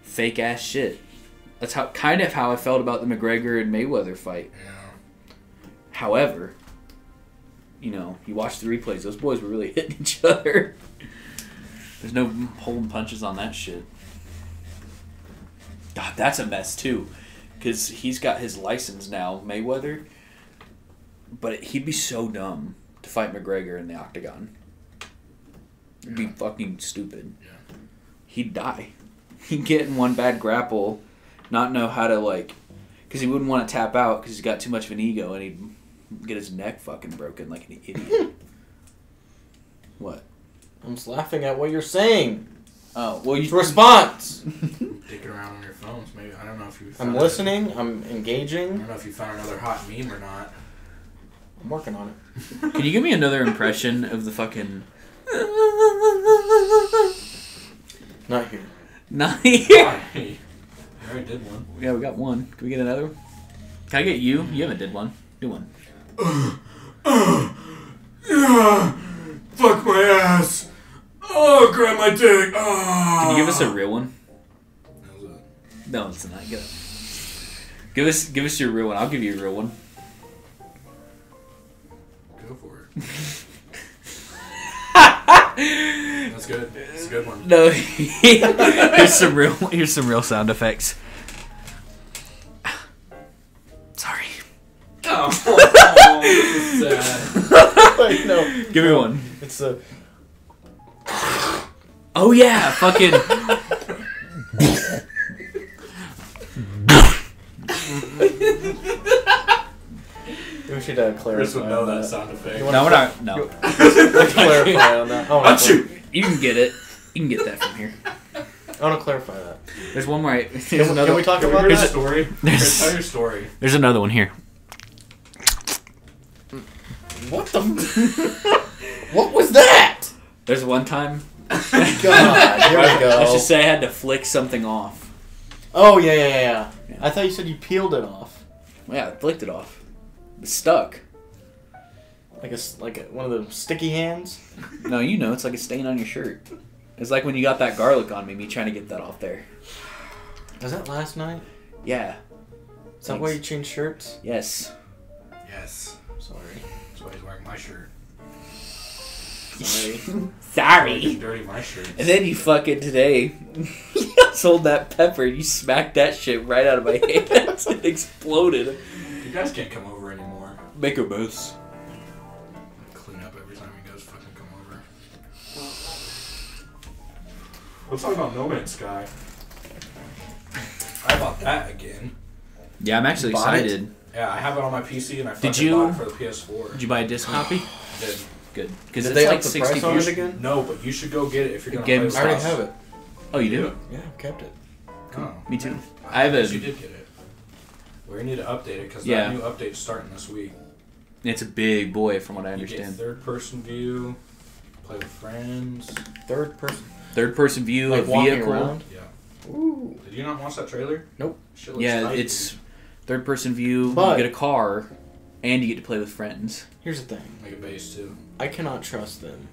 S3: fake ass shit. That's how kind of how I felt about the McGregor and Mayweather fight.
S2: Yeah.
S3: However, you know, you watch the replays; those boys were really hitting each other. There's no holding punches on that shit. God, that's a mess too, because he's got his license now, Mayweather. But he'd be so dumb to fight McGregor in the octagon. It'd be fucking stupid.
S2: Yeah.
S3: He'd die. He'd get in one bad grapple, not know how to like, because he wouldn't want to tap out because he's got too much of an ego, and he'd get his neck fucking broken like an idiot. what?
S4: I'm just laughing at what you're saying.
S3: Oh well,
S4: It's
S3: you.
S4: response.
S2: Dicking around on your phones, maybe. I don't know if you.
S4: I'm
S2: found it.
S4: listening. I'm
S2: I
S4: engaging.
S2: don't know if you found another hot meme or not.
S4: I'm working on it.
S3: Can you give me another impression of the fucking?
S4: Not here.
S3: Not here.
S2: Why? I already did one.
S3: Yeah, we got one. Can we get another? one? Can I get you? You haven't did one. Do one.
S2: Fuck my ass. Oh, grab my dick. Oh.
S3: Can you give us a real one?
S2: That was a-
S3: No, it's not. Get up. Give us, give us your real one. I'll give you a real one.
S2: Go for it. That's good. It's a good one.
S3: No. here's some real. Here's some real sound effects. Sorry.
S2: Oh, this is sad.
S4: Like, no,
S3: Give me one.
S4: it's a.
S3: Oh yeah, fucking.
S4: We should uh, clarify.
S2: Chris would know
S4: on
S2: that sound effect.
S3: no, we're not. No.
S4: clarify on that. I want
S3: Achoo!
S4: to
S3: You can get it. You can get that from here.
S4: clarify that.
S3: There's one more. I, there's
S4: Can, we-
S3: another.
S4: can we talk
S2: Can we
S4: about
S2: hear
S4: that?
S2: that story? Chris, tell your story.
S3: There's another one here.
S4: What the? what was that?
S3: There's one time.
S4: God, here we go.
S3: Let's just say I had to flick something off.
S4: Oh yeah, yeah, yeah,
S3: Yeah.
S4: yeah. I thought you said you peeled it off,
S3: Yeah, I flicked it off. It's stuck.
S4: like a s- like a, one of the sticky hands.
S3: No, you know, it's like a stain on your shirt. It's like when you got that garlic on me, me trying to get that off there.
S4: Was that last night?
S3: Yeah.
S4: Is that why you changed shirts?
S3: Yes.
S2: Yes.
S4: Sorry.
S2: That's why he's wearing my shirt.
S4: Sorry.
S2: Fucking
S8: Sorry.
S2: dirty my shirt.
S3: And then you fucking today, you sold that pepper. You smacked that shit right out of my hands. It exploded.
S2: You guys can't come over anymore.
S3: Make a mess.
S2: Clean up every time you guys fucking come over. Let's talk about No Man's Sky. I bought that again.
S3: Yeah, I'm actually
S4: Bought it?
S3: excited.
S2: Yeah, I have it on my PC and I fucking
S3: Did you-
S2: bought it for the PS4.
S3: Did you buy a disc copy?
S2: Did-
S3: Good, because
S4: Did
S3: it's
S4: they
S3: like
S4: up the
S3: sixty.
S4: price on it
S3: bucks.
S4: again?
S2: No, but you should go get it if you're gonna
S3: Game
S2: play
S4: I
S2: with
S4: already
S2: us.
S4: have it.
S3: Oh, you do?
S4: Yeah, I've kept it.
S2: Oh.
S3: Me too. I have
S2: You
S3: a.
S2: did get it. Well, you need to update it because
S3: Yeah.
S2: that new update's starting this week.
S3: It's a big boy, from what I
S2: You get
S3: understand.
S2: third-person view, play with friends.
S4: Third person.
S3: Third person view,
S4: Like
S3: a
S4: walking
S3: vehicle.
S4: around.
S2: Yeah.
S4: Ooh.
S2: Did you not watch that trailer?
S4: Nope.
S2: Shit looks
S3: Yeah,
S2: tight,
S3: it's third person view.
S4: But-
S3: you get a car, and you get to play with friends.
S4: Here's the thing.
S2: dude. like a base too.
S4: I cannot trust them.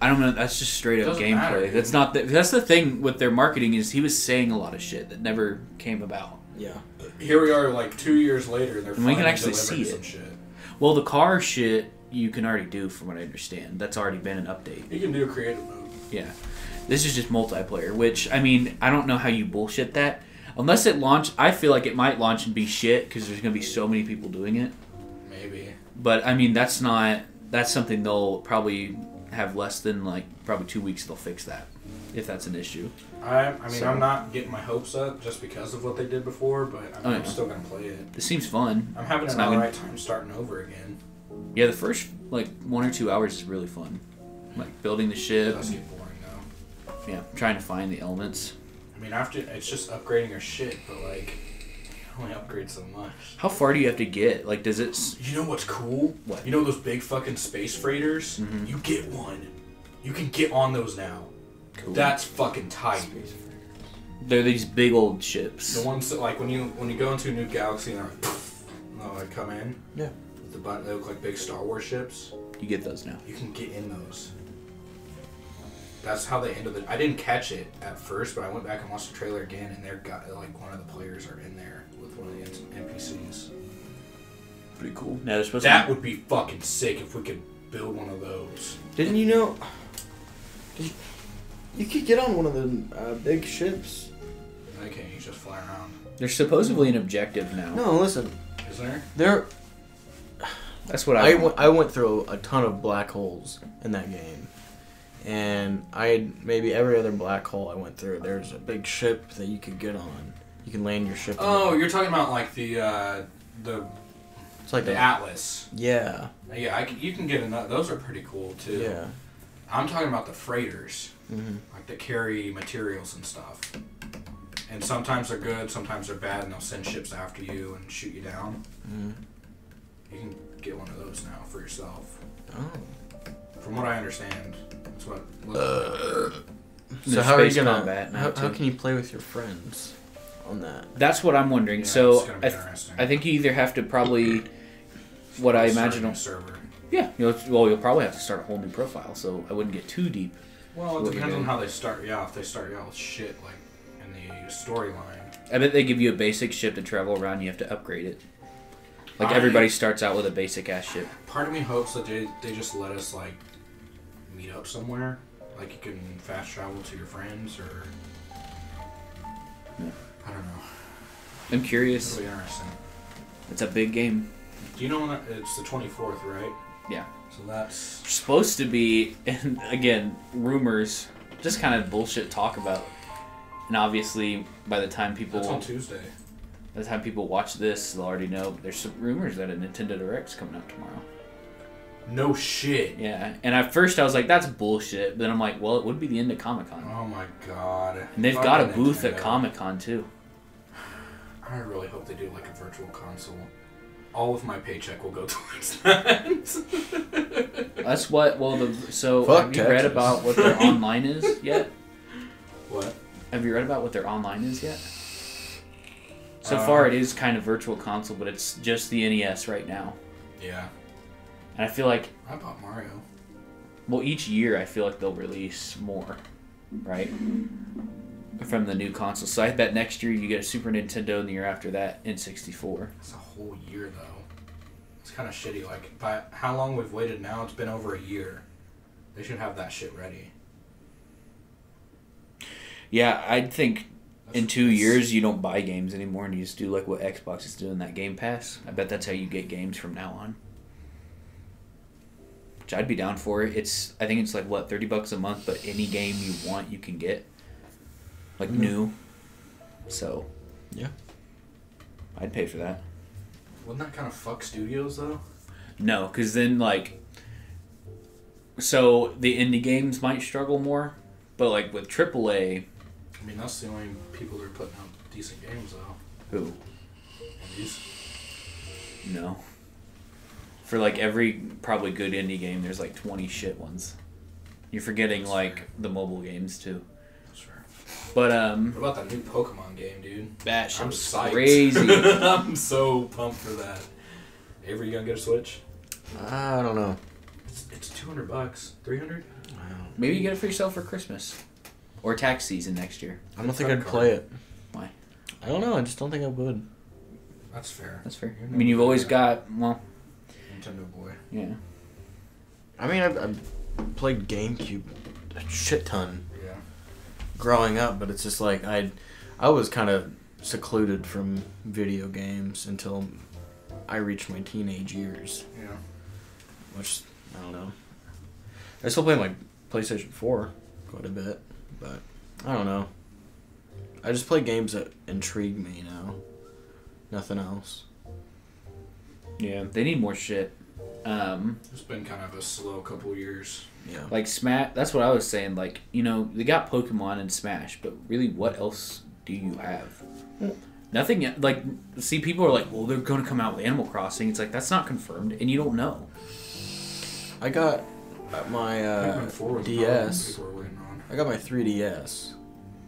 S3: I don't know. That's just straight up
S2: Doesn't matter,
S3: gameplay.
S2: dude.
S3: that's not. The, that's the thing with their marketing is he was saying a lot of shit that never came about.
S4: Yeah.
S2: Here we are, like two years later, and they're
S3: And we can
S2: finally
S3: actually
S2: delivering
S3: see
S2: some
S3: it.
S2: shit.
S3: Well, the car shit you can already do, from what I understand. That's already been an update.
S2: You can do a creative mode.
S3: Yeah. This is just multiplayer, which I mean, I don't know how you bullshit that. Unless it launch, I feel like it might launch and be shit because there's gonna be so many people doing it.
S2: Maybe.
S3: But I mean, that's not. That's something they'll probably have less than like probably two weeks. They'll fix that if that's an issue.
S2: I, I mean,
S3: So-
S2: I'm not getting my hopes up just because of what they did before, but I mean,
S3: Oh,
S2: I'm
S3: yeah.
S2: still gonna play it.
S3: This seems fun.
S2: I'm having
S3: It's
S2: an
S3: not gonna-
S2: alright time starting over again.
S3: Yeah, the first like one or two hours is really fun. Like building the
S2: It
S3: ship.
S2: does get boring though.
S3: Yeah, trying to find the elements.
S2: I mean, after it's just upgrading your shit, but like, you can only upgrade so much.
S3: How far do you have to get? Like, does it? s-
S2: You know what's cool?
S3: What? Mm-hmm.
S2: You know those big fucking space freighters? You get one. You can get on those now. That's fucking tight.
S3: They're these big old ships.
S2: The ones that like when you when you go into a new galaxy and they're like, and they'll, like come in.
S4: Yeah.
S2: With the button, they look like big Star Wars ships.
S3: You get those now.
S2: You can get in those. That's how they ended it. I didn't catch it at first, but I went back and watched the trailer again, and they're got like one of the players are in there with one of the NPCs.
S3: Pretty cool. Now they're supposed
S2: That
S3: to.
S2: would be fucking sick if we could build one of those.
S4: Didn't you know? Did- You could get on one of the uh, big ships.
S2: Why can't you just fly around?
S3: There's supposedly an objective now.
S4: No, listen.
S2: Isn't there?
S4: There,
S3: That's what I.
S4: I went, I went through a ton of black holes in that game, and I had maybe every other black hole I went through. There's a big ship that you could get on. You can land your ship. in
S2: Oh,
S4: it.
S2: you're talking about like the uh, the
S4: it's like
S2: the
S4: a,
S2: Atlas.
S4: yeah,
S2: Yeah, I can, you can get another. Those are pretty cool too.
S4: yeah.
S2: I'm talking about the freighters,
S4: Mhm.
S2: like that carry materials and stuff. And sometimes they're good, sometimes they're bad, and they'll send ships after you and shoot you down.
S4: Mhm.
S2: You can get one of those now for yourself.
S4: Oh.
S2: From what I understand, that's what.
S3: Uh, There's
S4: So how are you
S3: space
S4: gonna?
S3: combat now,
S4: How, how
S3: too.
S4: can you play with your friends on that?
S3: That's what I'm wondering.
S2: Yeah, it's
S3: so
S2: gonna be
S3: I, th-
S2: interesting.
S3: I think you either have to probably. What I imagine.
S2: a server.
S3: Yeah. You'll, well, you'll probably have to start a whole new profile, so I wouldn't get too deep.
S2: Well,
S3: What
S2: it
S3: we
S2: depends
S3: do.
S2: on how they start you out. If they start you out with shit like in the storyline,
S3: I bet they give you a basic ship to travel around. You have to upgrade it. Like
S2: I-
S3: everybody starts out with a basic ass ship.
S2: part of me hopes that they they just let us like meet up somewhere. Like you can fast travel to your friends or. I don't know.
S3: I'm
S2: It'll
S3: curious.
S2: be interesting.
S3: It's a big game.
S2: Do you know when that, it's the 24th, right?
S3: Yeah.
S2: So that's
S3: supposed to be, and again, rumors, just kind of bullshit talk about. And obviously, by the time people
S2: that's on
S3: by
S2: Tuesday.
S3: the time people watch this, they'll already know. But there's some rumors that a Nintendo Direct's coming out tomorrow.
S2: No shit.
S3: Yeah, and at first I was like, "That's bullshit," but then I'm like, "Well, it would be the end of Comic Con."
S2: Oh my god.
S3: And they've got a
S2: Fucking
S3: booth at
S2: Nintendo.
S3: Comic Con too.
S2: I really hope they do like a virtual console. All of my paycheck will go towards that.
S3: That's what. Well, the so
S4: Fuck
S3: have you read
S4: Texas.
S3: about what their online is yet?
S2: what?
S3: Have you read about what their online is yet? So
S2: Uh,
S3: far, it is kind of virtual console, but it's just the NES right now.
S2: Yeah.
S3: And I feel like
S2: I bought Mario.
S3: well each year i feel like they'll release more right from the new console so i bet next year you get a super nintendo and the year after that n64
S2: It's a whole year though. It's kind of shitty. Like, by how long we've waited now, it's been over a year. They should have that shit ready.
S3: Yeah, I think in
S2: That's-
S3: two
S2: that's-
S3: years you don't buy games anymore, and you just do like what Xbox is doing that Game Pass. I bet that's how you get games from now on. Which I'd be down for. It's I think it's like what thirty bucks a month, but any game you want you can get, like new. So
S4: Yeah.
S3: I'd pay for that.
S2: Wouldn't that kind of fuck studios though?
S3: No, because then like, so the indie games might struggle more, but like with AAA,
S2: I mean, that's the only people that are putting out decent games though.
S3: who
S2: And these,
S3: no. For like every probably good indie game, there's like twenty shit ones. You're forgetting like the mobile games too.
S2: that's fair.
S3: But um,
S2: What about that new Pokemon game, dude?
S9: That shit
S2: I'm
S9: was
S2: psyched.
S3: crazy.
S2: I'm so pumped for that. Avery, you gonna get a Switch?
S4: I don't know.
S2: It's, it's 200 bucks. 300?
S3: maybe you get it for yourself for Christmas, or tax season next year.
S4: I don't think
S2: Credit
S4: I'd play it.
S3: Why?
S4: I don't know. I just don't think I would.
S2: That's fair.
S3: That's fair.
S2: You're
S3: I mean, you've
S2: not-
S3: always got well,
S2: Nintendo boy.
S3: yeah.
S4: I mean, I've, I've played GameCube a shit ton
S2: Yeah.
S4: growing up, but it's just like I, I was kind of secluded from video games until I reached my teenage years,
S2: Yeah.
S4: which I don't know. I still play my PlayStation Four quite a bit, but I don't know. I just play games that intrigue me now. Nothing else.
S3: Yeah, they need more shit. Um,
S2: It's been kind of a slow couple years.
S4: Yeah.
S3: Like Smash, that's what I was saying. Like you know, they got Pokemon and Smash, but really, what else do you have? Nothing yet. Like, see, people are like, "Well, they're going to come out with Animal Crossing." It's like that's not confirmed, and you don't know.
S4: I got my uh,
S2: Pikmin 4 was another one
S4: DS.
S2: People were waiting on.
S4: I got my 3DS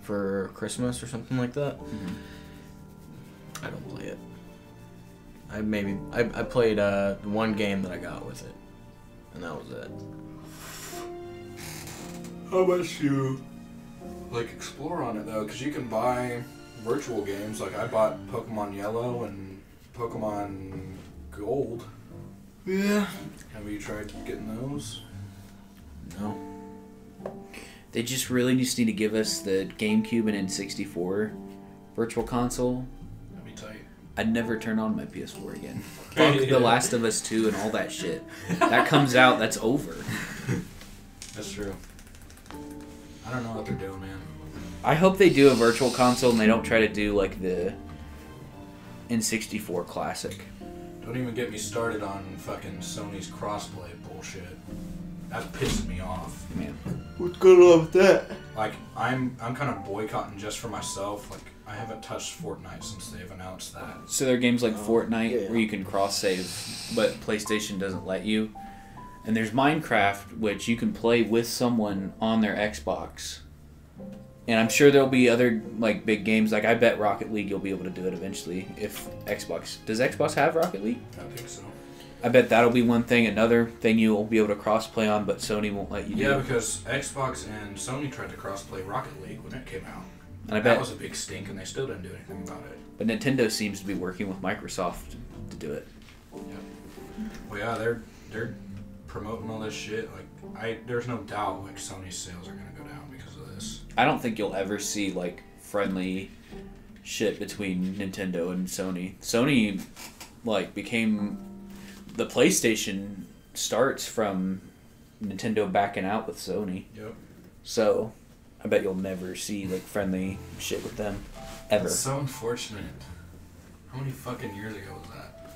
S4: for Christmas or something like that. I don't play it. I maybe I, I played uh, the one game that I got with it, and that was it.
S2: How much you like explore on it though? Because you can buy virtual games. Like I bought Pokemon Yellow and Pokemon Gold.
S4: Yeah.
S2: Have you tried getting those?
S4: No.
S3: They just really just need to give us the GameCube and N64 Virtual Console.
S2: Let me tell you.
S3: I'd never turn on my PS4 again. Fuck The Last of Us 2 and all that shit. That comes out, that's over.
S2: That's true. I don't know what they're doing, man.
S3: I hope they do a virtual console and they don't try to do like the N64 classic.
S2: Don't even get me started on fucking Sony's crossplay bullshit. That's pissing me off.
S3: Man.
S4: What's going on with that?
S2: Like I'm I'm kind of boycotting just for myself. Like I haven't touched Fortnite since they've announced that.
S3: So there are games like Fortnite
S4: Oh, yeah.
S3: where you can cross save, but PlayStation doesn't let you. And there's Minecraft, which you can play with someone on their Xbox. And I'm sure there'll be other like big games. Like I bet Rocket League you'll be able to do it eventually if Xbox does Xbox have Rocket League?
S2: I think so.
S3: I bet that'll be one thing. Another thing you'll be able to cross play on, but Sony won't let you do.
S2: Yeah, because Xbox and Sony tried to crossplay Rocket League when it came out.
S3: and I
S2: That
S3: bet
S2: was a big stink, and they still didn't do anything about it.
S3: But Nintendo seems to be working with Microsoft to do it.
S2: Well, yeah, they're they're promoting all this shit. Like I, there's no doubt like Sony's sales are gonna go down because of this.
S3: I don't think you'll ever see like friendly shit between Nintendo and Sony. Sony like became the PlayStation starts from Nintendo backing out with Sony.
S2: Yep.
S3: So I bet you'll never see like friendly shit with them ever.
S2: It's so unfortunate. How many fucking years ago was that?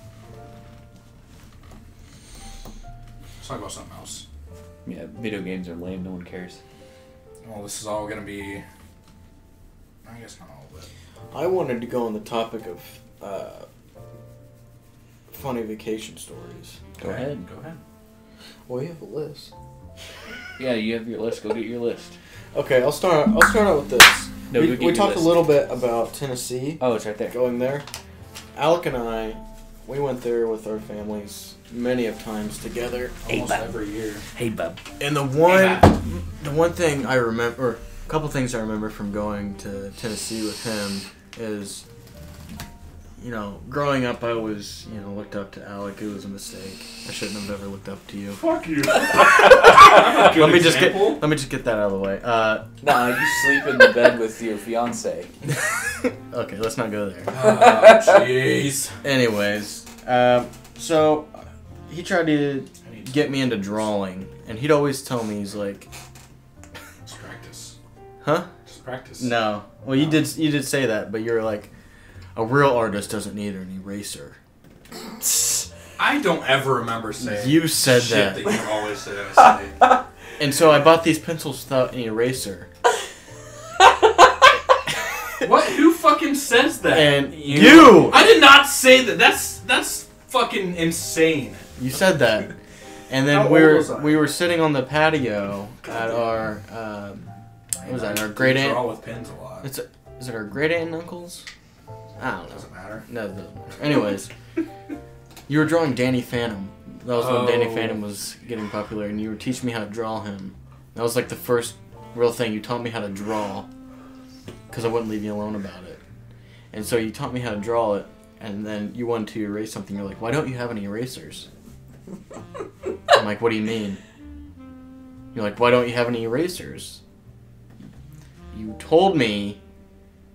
S2: Let's talk about something else.
S3: Yeah, video games are lame, no one cares.
S2: Well, this is all gonna be. I guess not all, but
S4: I wanted to go on the topic of uh, funny vacation stories.
S3: Go ahead. Go ahead.
S4: Well, you have a list.
S3: Yeah, you have your list. Go get your list.
S4: Okay, I'll start. I'll start out with this.
S3: No, go
S4: we
S3: get
S4: we
S3: your
S4: talked
S3: list.
S4: a little bit about Tennessee.
S3: Oh, it's right there.
S4: going there. Alec and I, we went there with our families many of times together.
S2: almost every year.
S3: Hey, bub.
S4: And the one, the one thing I remember, or a couple things I remember from going to Tennessee with him is you know, growing up, I always, you know, looked up to Alec. It was a mistake. I shouldn't have ever looked up to you.
S2: Fuck you.
S4: Let me just get let me just get that out of the way. Uh,
S3: Nah, you sleep in the bed with your fiance.
S4: okay, let's not go there.
S2: Jeez.
S4: Anyways, um, so he tried to
S2: I need
S4: get me into drawing, and he'd always tell me he's like,
S2: just practice.
S4: "Huh?
S2: Just practice.
S4: No." Well, you did you did say that, but you were like, "A real artist doesn't need an eraser."
S2: I don't ever remember saying
S4: You said
S2: shit
S4: that.
S2: that you always said I say.
S4: And so I bought these pencils without an eraser.
S2: what? Who fucking says that?
S4: And you!
S2: I did not say that. That's that's fucking insane.
S4: You said that. And
S2: How
S4: then
S2: old
S4: we
S2: was I?
S4: were we were sitting on the patio at our um, what was that? Our great
S2: Kids
S4: aunt.
S2: Draw with pins a lot.
S4: It's a, is it our great aunt and uncles? I don't know.
S2: doesn't matter.
S4: No, it doesn't matter. Anyways, you were drawing Danny Phantom. That was when Danny
S2: Oh.
S4: Phantom was getting popular, and you were teaching me how to draw him. That was like the first real thing you taught me how to draw, because I wouldn't leave you alone about it. And so you taught me how to draw it, and then you wanted to erase something. You're like, "Why don't you have any erasers?" I'm like, "What do you mean?" You're like, "Why don't you have any erasers?" You told me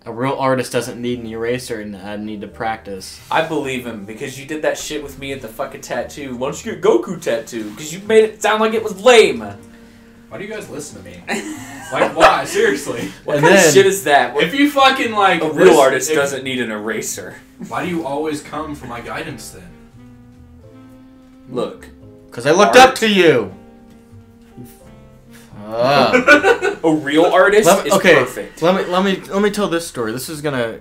S4: a real artist doesn't need an eraser, and I need to practice.
S3: I believe him because you did that shit with me at the fucking tattoo. Why don't you get a Goku tattoo? Because you made it sound like it was lame. What
S2: Why do you guys listen to me? like, why? Seriously.
S4: and
S3: kind
S4: then,
S3: of shit is that? Where
S2: If you fucking like
S3: a real
S2: listen-
S3: artist
S2: if-
S3: doesn't need an eraser.
S2: Why do you always come for my guidance then?
S3: Look,
S4: because I looked
S3: Art.
S4: up to you. Ah.
S3: a real artist
S4: Let me-
S3: is
S4: okay,
S3: perfect.
S4: let me let me let me tell this story. This is gonna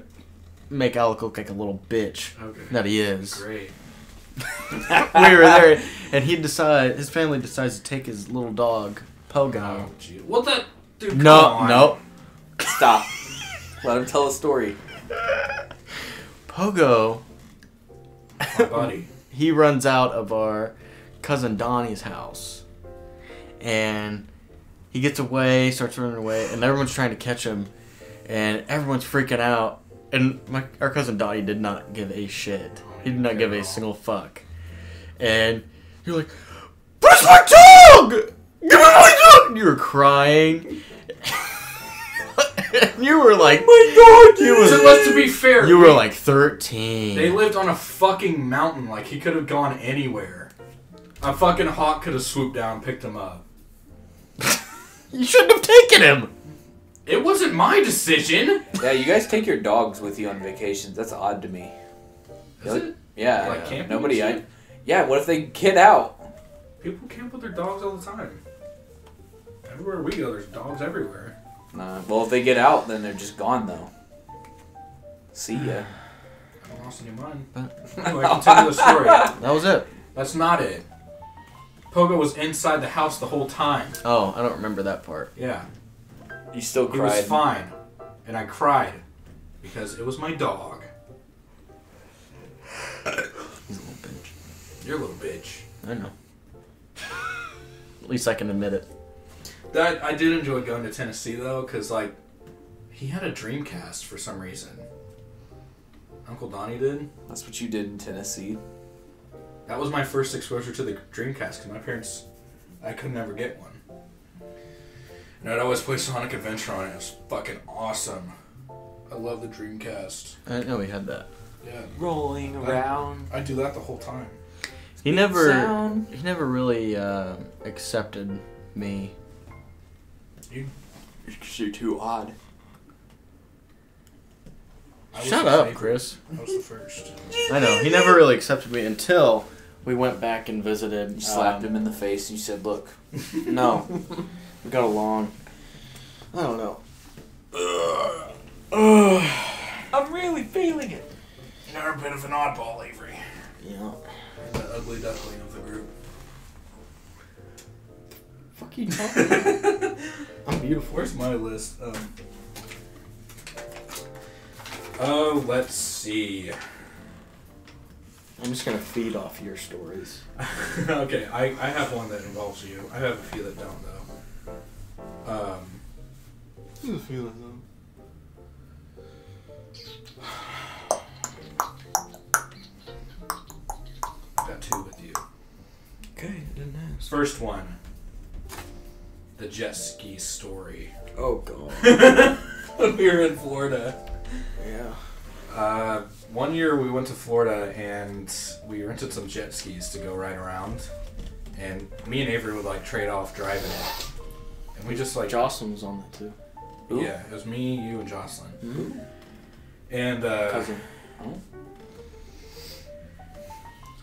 S4: make Alec look like a little bitch
S2: Okay.
S4: that he is.
S2: Great.
S4: we were there, and he decide his family decides to take his little dog Pogo.
S2: Oh, gee. What that? Dude, come
S4: No,
S2: on.
S4: no,
S3: Stop. Let him tell a story.
S4: Pogo.
S2: My buddy.
S4: he runs out of our cousin Donnie's house, and he gets away, starts running away, and everyone's trying to catch him, and everyone's freaking out. And my our cousin Donnie did not give a shit. He did not give a single fuck. And you're like, "But it's my dog! Give me my dog!" And you were crying. And you were like, "My dog!" You
S2: So let's to be fair.
S4: you were like 13.
S2: They lived on a fucking mountain. Like he could have gone anywhere. A fucking hawk could have swooped down, and picked him up.
S4: you shouldn't have taken him.
S2: It wasn't my decision.
S3: Yeah, you guys take your dogs with you on vacations. That's odd to me.
S2: Is it?
S3: Yeah,
S2: Like camping and
S3: nobody. I,
S2: shit?
S3: yeah, what if they get out?
S2: People camp with their dogs all the time. Everywhere we go, there's dogs everywhere.
S3: Nah. Well, if they get out, then they're just gone though. See ya.
S2: I lost any mine. Anyway, continue the story.
S4: That was it.
S2: That's not it. Pogo was inside the house the whole time.
S4: Oh, I don't remember that part.
S2: Yeah,
S3: You still
S2: he
S3: cried.
S2: was fine, and I cried because it was my dog. You're a little bitch.
S4: I know. At least I can admit it.
S2: That I did enjoy going to Tennessee though, cause like he had a Dreamcast for some reason. Uncle Donnie did.
S3: That's what you did in Tennessee.
S2: That was my first exposure to the Dreamcast, cause my parents, I could never get one. And I'd always play Sonic Adventure on it. It was fucking awesome. I love the Dreamcast.
S4: I didn't know he had that.
S2: Yeah,
S3: Rolling
S2: Uh,
S3: around.
S2: I do that the whole time.
S4: He never.
S3: Sound.
S4: He never really uh, accepted me.
S3: You're too odd.
S2: I was
S4: Shut
S2: the
S4: up,
S2: favorite.
S4: Chris.
S2: I was the first.
S4: I know. He never really accepted me until we went back and visited.
S3: You slapped
S4: um,
S3: him in the face and you said, "Look."
S4: No, we got along. I don't know. Ugh.
S3: I'm really feeling it.
S2: You're a bit of an oddball, Avery.
S4: Yeah.
S2: The ugly duckling of the group.
S4: Fuck you talking about?
S2: I'm beautiful. Where's my list? Um, oh, let's see.
S4: I'm just gonna feed off your stories.
S2: okay, I, I have one that involves you. I have a few that don't, though. Um,
S3: Okay, I didn't ask.
S2: First one. The jet ski story.
S3: Oh god.
S2: when we were in Florida.
S4: Yeah.
S2: Uh, one year we went to Florida and we rented some jet skis to go ride around. And me and Avery would like trade off driving it. And we just like
S4: Jocelyn was on that too.
S3: Ooh.
S2: Yeah, it was me, you, and Jocelyn. And uh,
S4: Cousin.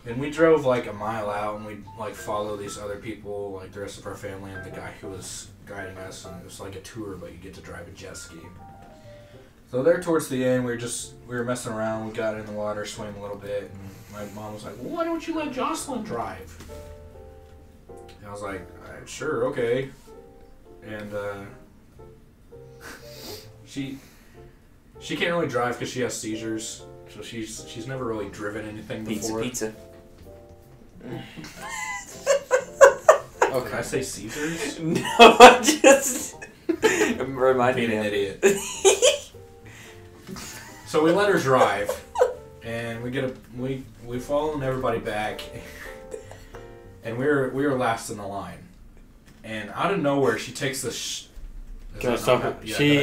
S2: and we drove like a mile out, and we like follow these other people, like the rest of our family, and the guy who was guiding us, and it was like a tour, but you get to drive a jet ski. So there, towards the end, we were just we were messing around. We got in the water, swam a little bit, and my mom was like, well, "Why don't you let Jocelyn drive?" And I was like, "Alright, "Sure, okay." And uh, she she can't really drive because she has seizures, so she's she's never really driven anything
S3: Pizza,
S2: before.
S3: pizza.
S2: Did I say Caesars?
S3: No, I just. I'm reminding
S2: Being an
S3: him.
S2: idiot. so we let her drive, and we get a we we following everybody back, and we were we were last in the line, and out of nowhere she takes this. Sh- is
S4: Can I
S2: that
S4: stop
S2: not-
S4: it?
S2: yeah, go
S4: she.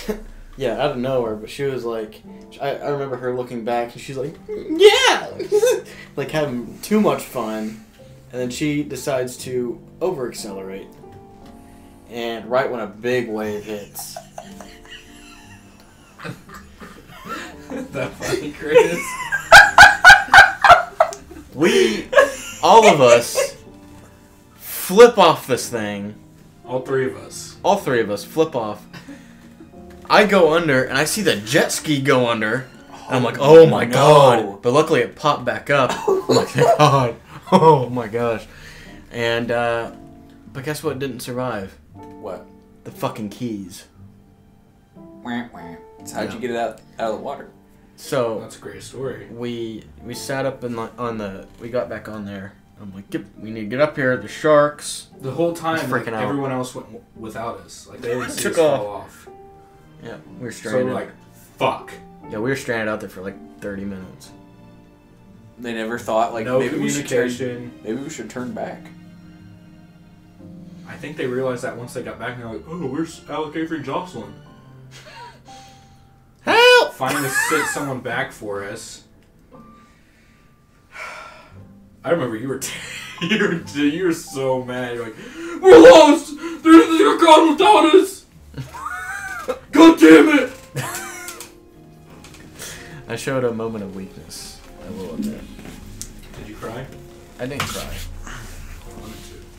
S2: ahead.
S4: yeah, out of nowhere, but she was like, I, I remember her looking back and she's like, yeah, like having too much fun, and then she decides to over accelerate, and right when a big wave hits,
S2: the fucking greatest.
S4: we, all of us, flip off this thing.
S2: All three of us.
S4: all three of us flip off. I go under and I see the jet ski go under. And I'm like, oh my
S3: no.
S4: god! But luckily it popped back up. I'm like, thank god! Oh my gosh! And uh, but guess what didn't survive?
S3: What?
S4: The fucking keys.
S3: Wah, wah. So how'd
S4: Yeah.
S3: you get it out, out of the water?
S4: So
S2: That's a great story.
S4: we we sat up in the, on the we got back on there. I'm like, get, we need to get up here. The sharks.
S2: The whole time,
S4: He's
S2: like,
S4: freaking out.
S2: everyone else went w- without us. Like they didn't see
S4: Took
S2: us fall off.
S4: Yeah, we were
S2: So
S4: stranded.
S2: we're like, fuck.
S4: yeah, we were stranded out there for like 30 minutes.
S3: They never thought, like,
S2: no
S3: maybe, we should turn,
S2: communication.
S3: maybe we should turn back.
S2: I think they realized that once they got back, and they're like, "Oh, where's Alec Avery and Jocelyn?"
S4: Help!
S2: Finally, sit someone back for us. I remember you were t- you were t- you were so mad. You're like, "We're lost. They're, they're gone without us. God damn it!"
S4: I showed a moment of weakness. I will admit.
S2: Did you cry?
S4: I didn't cry.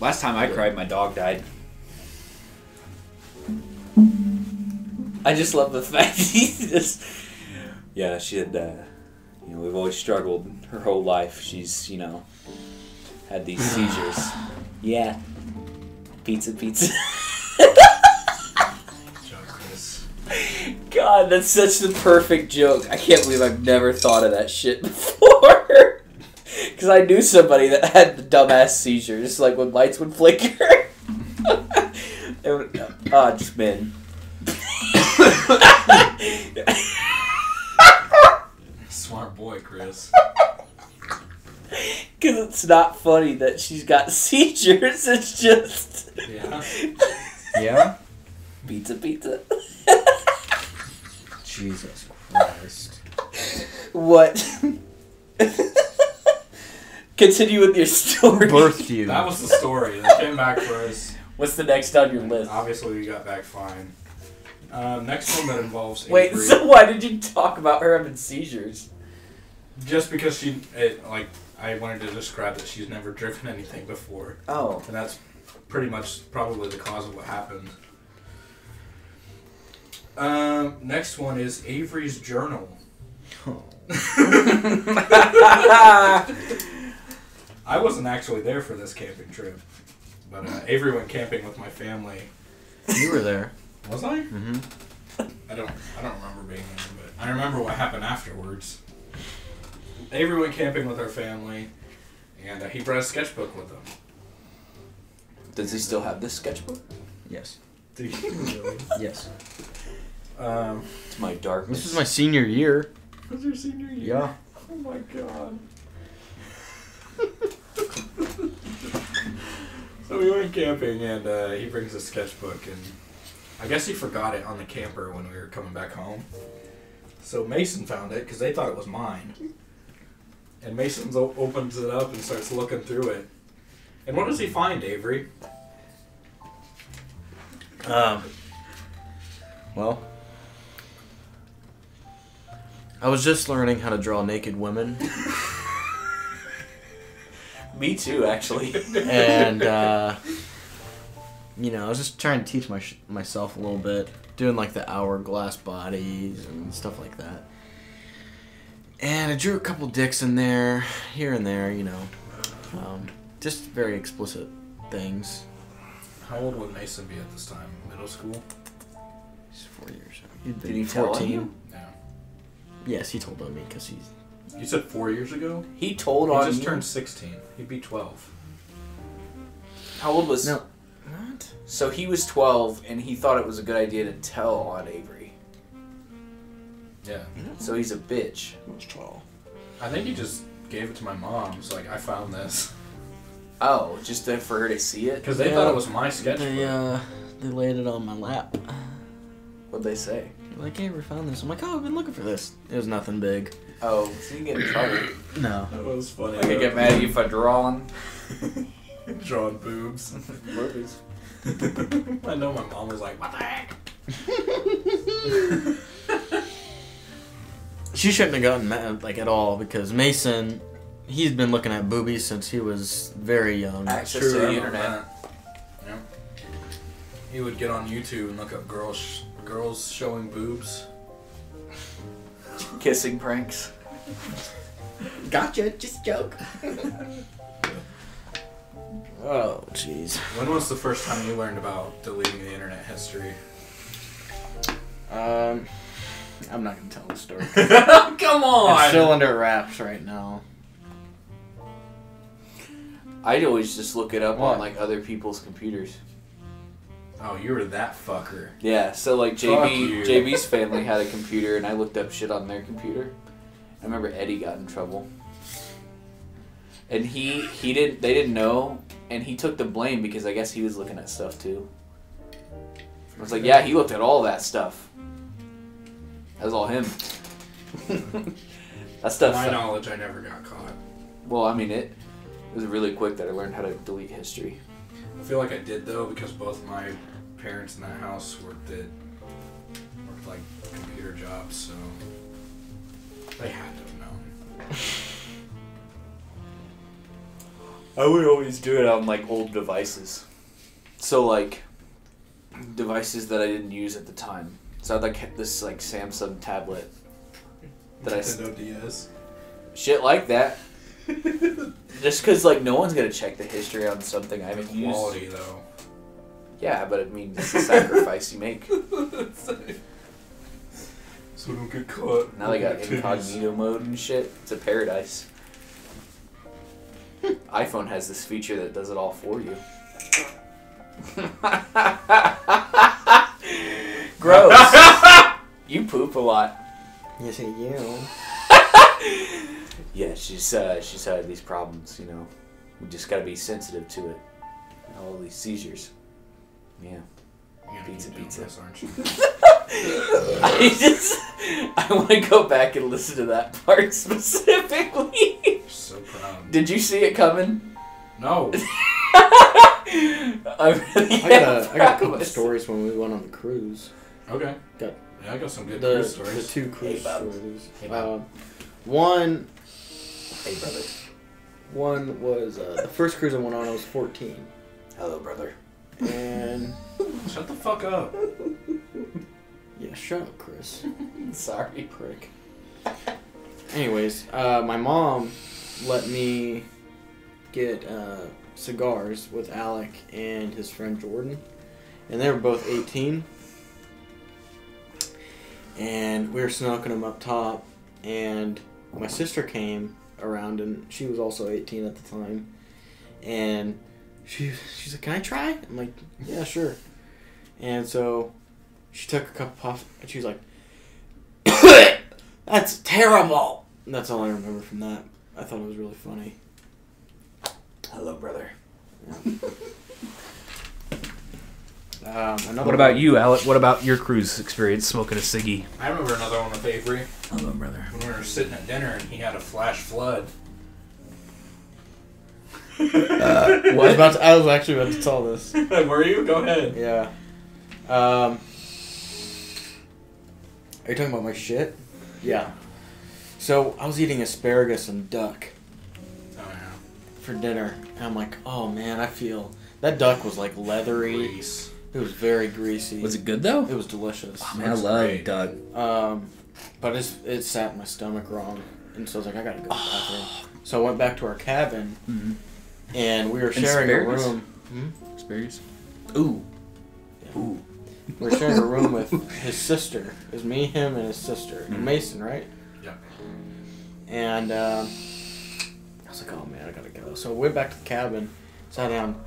S3: Last time I cried, my dog died. I just love the fact that he just. Yeah, she had. Uh, you know, we've always struggled her whole life. She's, you know, had these seizures. Yeah. Pizza, pizza. God, that's such the perfect joke. I can't believe I've never thought of that shit before. Because I knew somebody that had the dumbass seizures, like when lights would flicker. It would- Ah, just man.
S2: Smart boy, Chris.
S3: Because it's not funny that she's got seizures. It's just
S2: Yeah.
S4: Yeah?
S3: pizza, pizza.
S4: Jesus Christ.
S3: What? Continue with your story.
S4: Birthed you.
S2: That was the story. They came back for us.
S3: What's the next on your list?
S2: Obviously, we got back fine. Um, next one that involves
S3: Wait,
S2: Avery.
S3: so why did you talk about her having seizures?
S2: Just because she, it, like, I wanted to describe that she's never driven anything before,
S3: Oh.
S2: and that's pretty much probably the cause of what happened. Um, next one is Avery's journal. I wasn't actually there for this camping trip, but uh, Avery went camping with my family.
S4: you were there.
S2: Was I? Mm-hmm. I don't. I don't remember being there, but I remember what happened afterwards. Avery went camping with our family, and uh, he brought a sketchbook with him.
S3: Does he still have this sketchbook?
S4: Yes.
S2: Did he really?
S4: Yes.
S2: um,
S3: It's my darkness.
S4: This is my senior year.
S2: was your senior year?
S4: Yeah.
S2: Oh my god. we went camping and uh, he brings a sketchbook and I guess he forgot it on the camper when we were coming back home. So Mason found it because they thought it was mine. And Mason o- opens it up and starts looking through it. And what does he find, Avery?
S4: Um. Well, I was just learning how to draw naked women,
S3: Me too, actually.
S4: and uh, you know, I was just trying to teach my myself a little bit, doing like the hourglass bodies and stuff like that. And I drew a couple dicks in there, here and there, you know, um, just very explicit things.
S2: How old would Mason be at this time? Middle school?
S4: He's four years old. He'd
S3: Did
S4: been
S3: he tell on you?
S2: No.
S4: Yes, he told on me because he's
S2: You said four years ago?
S3: He told
S2: He
S3: on
S2: just
S3: you.
S2: turned 16. He'd be 12.
S3: How old was?
S4: No. what?
S3: So he was 12, and he thought it was a good idea to tell on Avery.
S2: Yeah.
S3: So he's a bitch.
S6: I was 12.
S2: I think he just gave it to my mom. He's like, I found this.
S3: Oh, just to, for her to see it.
S2: Because they
S4: Yeah.
S2: thought it was my sketchbook.
S4: They uh, they laid it on my lap.
S3: What'd they say?
S4: They're Like, hey, we found this. I'm like, oh, I've been looking for this. It was nothing big.
S3: Oh, so you can get in trouble.
S4: No.
S2: That was funny.
S3: I could get mad at you for drawing.
S2: Drawing boobs. I know my mom was like, what the heck?
S4: She shouldn't have gotten mad like at all because Mason, he's been looking at boobies since he was very young.
S3: Access to the
S2: Oh,
S3: internet.
S2: Yeah. He would get on YouTube and look up girls girls showing boobs.
S3: Kissing pranks.
S4: Gotcha, just joke. oh, jeez.
S2: When was the first time you learned about deleting the internet history?
S4: Um, I'm not gonna tell the story.
S3: Come
S4: it's
S3: on.
S4: still under wraps right now.
S3: I'd always just look it up
S4: What?
S3: on like other people's computers.
S2: Oh, you were that fucker.
S3: Yeah, so like
S2: Fuck
S3: JB
S2: you.
S3: JB's family had a computer, and I looked up shit on their computer. I remember Eddie got in trouble, and he he didn't they didn't know, and he took the blame because I guess he was looking at stuff too. I was like, yeah, he looked at all that stuff. That was all him. that
S2: To
S3: stuff.
S2: my knowledge, I never got caught.
S3: Well, I mean it. It was really quick that I learned how to delete history.
S2: I feel like I did though because both my parents in that house worked at worked like computer jobs, so they had to have known.
S3: I would always do it on like old devices. So like devices that I didn't use at the time. So I like had this like Samsung tablet that I s-
S2: Nintendo DS.
S3: shit like that. Just because like no one's gonna check the history on something I haven't used.
S2: Quality though.
S3: Yeah, but I mean it's a sacrifice you make.
S2: So don't get caught.
S3: Now they got incognito mode and shit. It's a paradise. iPhone has this feature that does it all for you. Gross. you poop a lot.
S4: Yes, I do.
S3: Yeah, she's uh, she's had these problems, you know. We just gotta be sensitive to it. All these seizures. Yeah. Pizza,
S2: Pizza,
S3: pizza.
S2: pizza. This, aren't you?
S3: I just I wanna go back and listen to that part specifically.
S2: You're so proud.
S3: Did you see it coming?
S2: no.
S3: I really
S4: I got, a, I got a
S3: am
S4: couple of stories when we went on the cruise.
S2: Okay.
S4: Got-
S2: Yeah, I got some
S4: The,
S2: good
S4: the
S2: news stories.
S4: two cruise
S3: Hey, Bob.
S4: stories.
S3: Hey, Bob.
S4: Um, one
S3: Hey, brother.
S4: one was uh, the first cruise I went on. I was 14,
S3: Hello, brother.
S4: and
S2: Shut the fuck up.
S4: yeah, shut up, Chris,
S3: Sorry.
S4: prick. Anyways, uh, my mom let me get uh, cigars with Alec and his friend Jordan, and they were both 18. And we were smoking them up top, and my sister came around, and she was also 18 at the time, and she she's like, "Can I try?" I'm like, "Yeah, sure." And so she took a couple puffs, and she was like, "That's terrible." And that's all I remember from that. I thought it was really funny.
S3: Hello, brother.
S4: Um, another
S10: What about you, Alec? What about your cruise experience smoking a ciggy?
S2: I remember another one with Avery
S10: I love brother.
S2: when we were sitting at dinner and he had a flash flood.
S4: I was, about to, I was actually about to tell this.
S2: Were you? Go ahead.
S4: Yeah. Um, are you talking about my shit? Yeah. So I was eating asparagus and duck
S2: Oh, yeah.
S4: for dinner, and I'm like, oh man, I feel that duck was like leathery.
S2: Grease.
S4: It was very greasy.
S11: Was it good though?
S4: It was delicious.
S11: Man, I love
S2: great.
S11: Doug.
S4: Um, but it's, it sat in my stomach wrong, and so I was like, I gotta go to the bathroom. So I went back to our cabin,
S11: Mhm.
S4: and we were sharing a
S11: asparagus?
S4: room.
S11: Asparagus. Ooh.
S4: We were sharing a room with his sister. It was me, him, and his sister, Mason, right?
S2: Yeah.
S4: And um, I was like, oh man, I gotta go. So I went back to the cabin, sat down,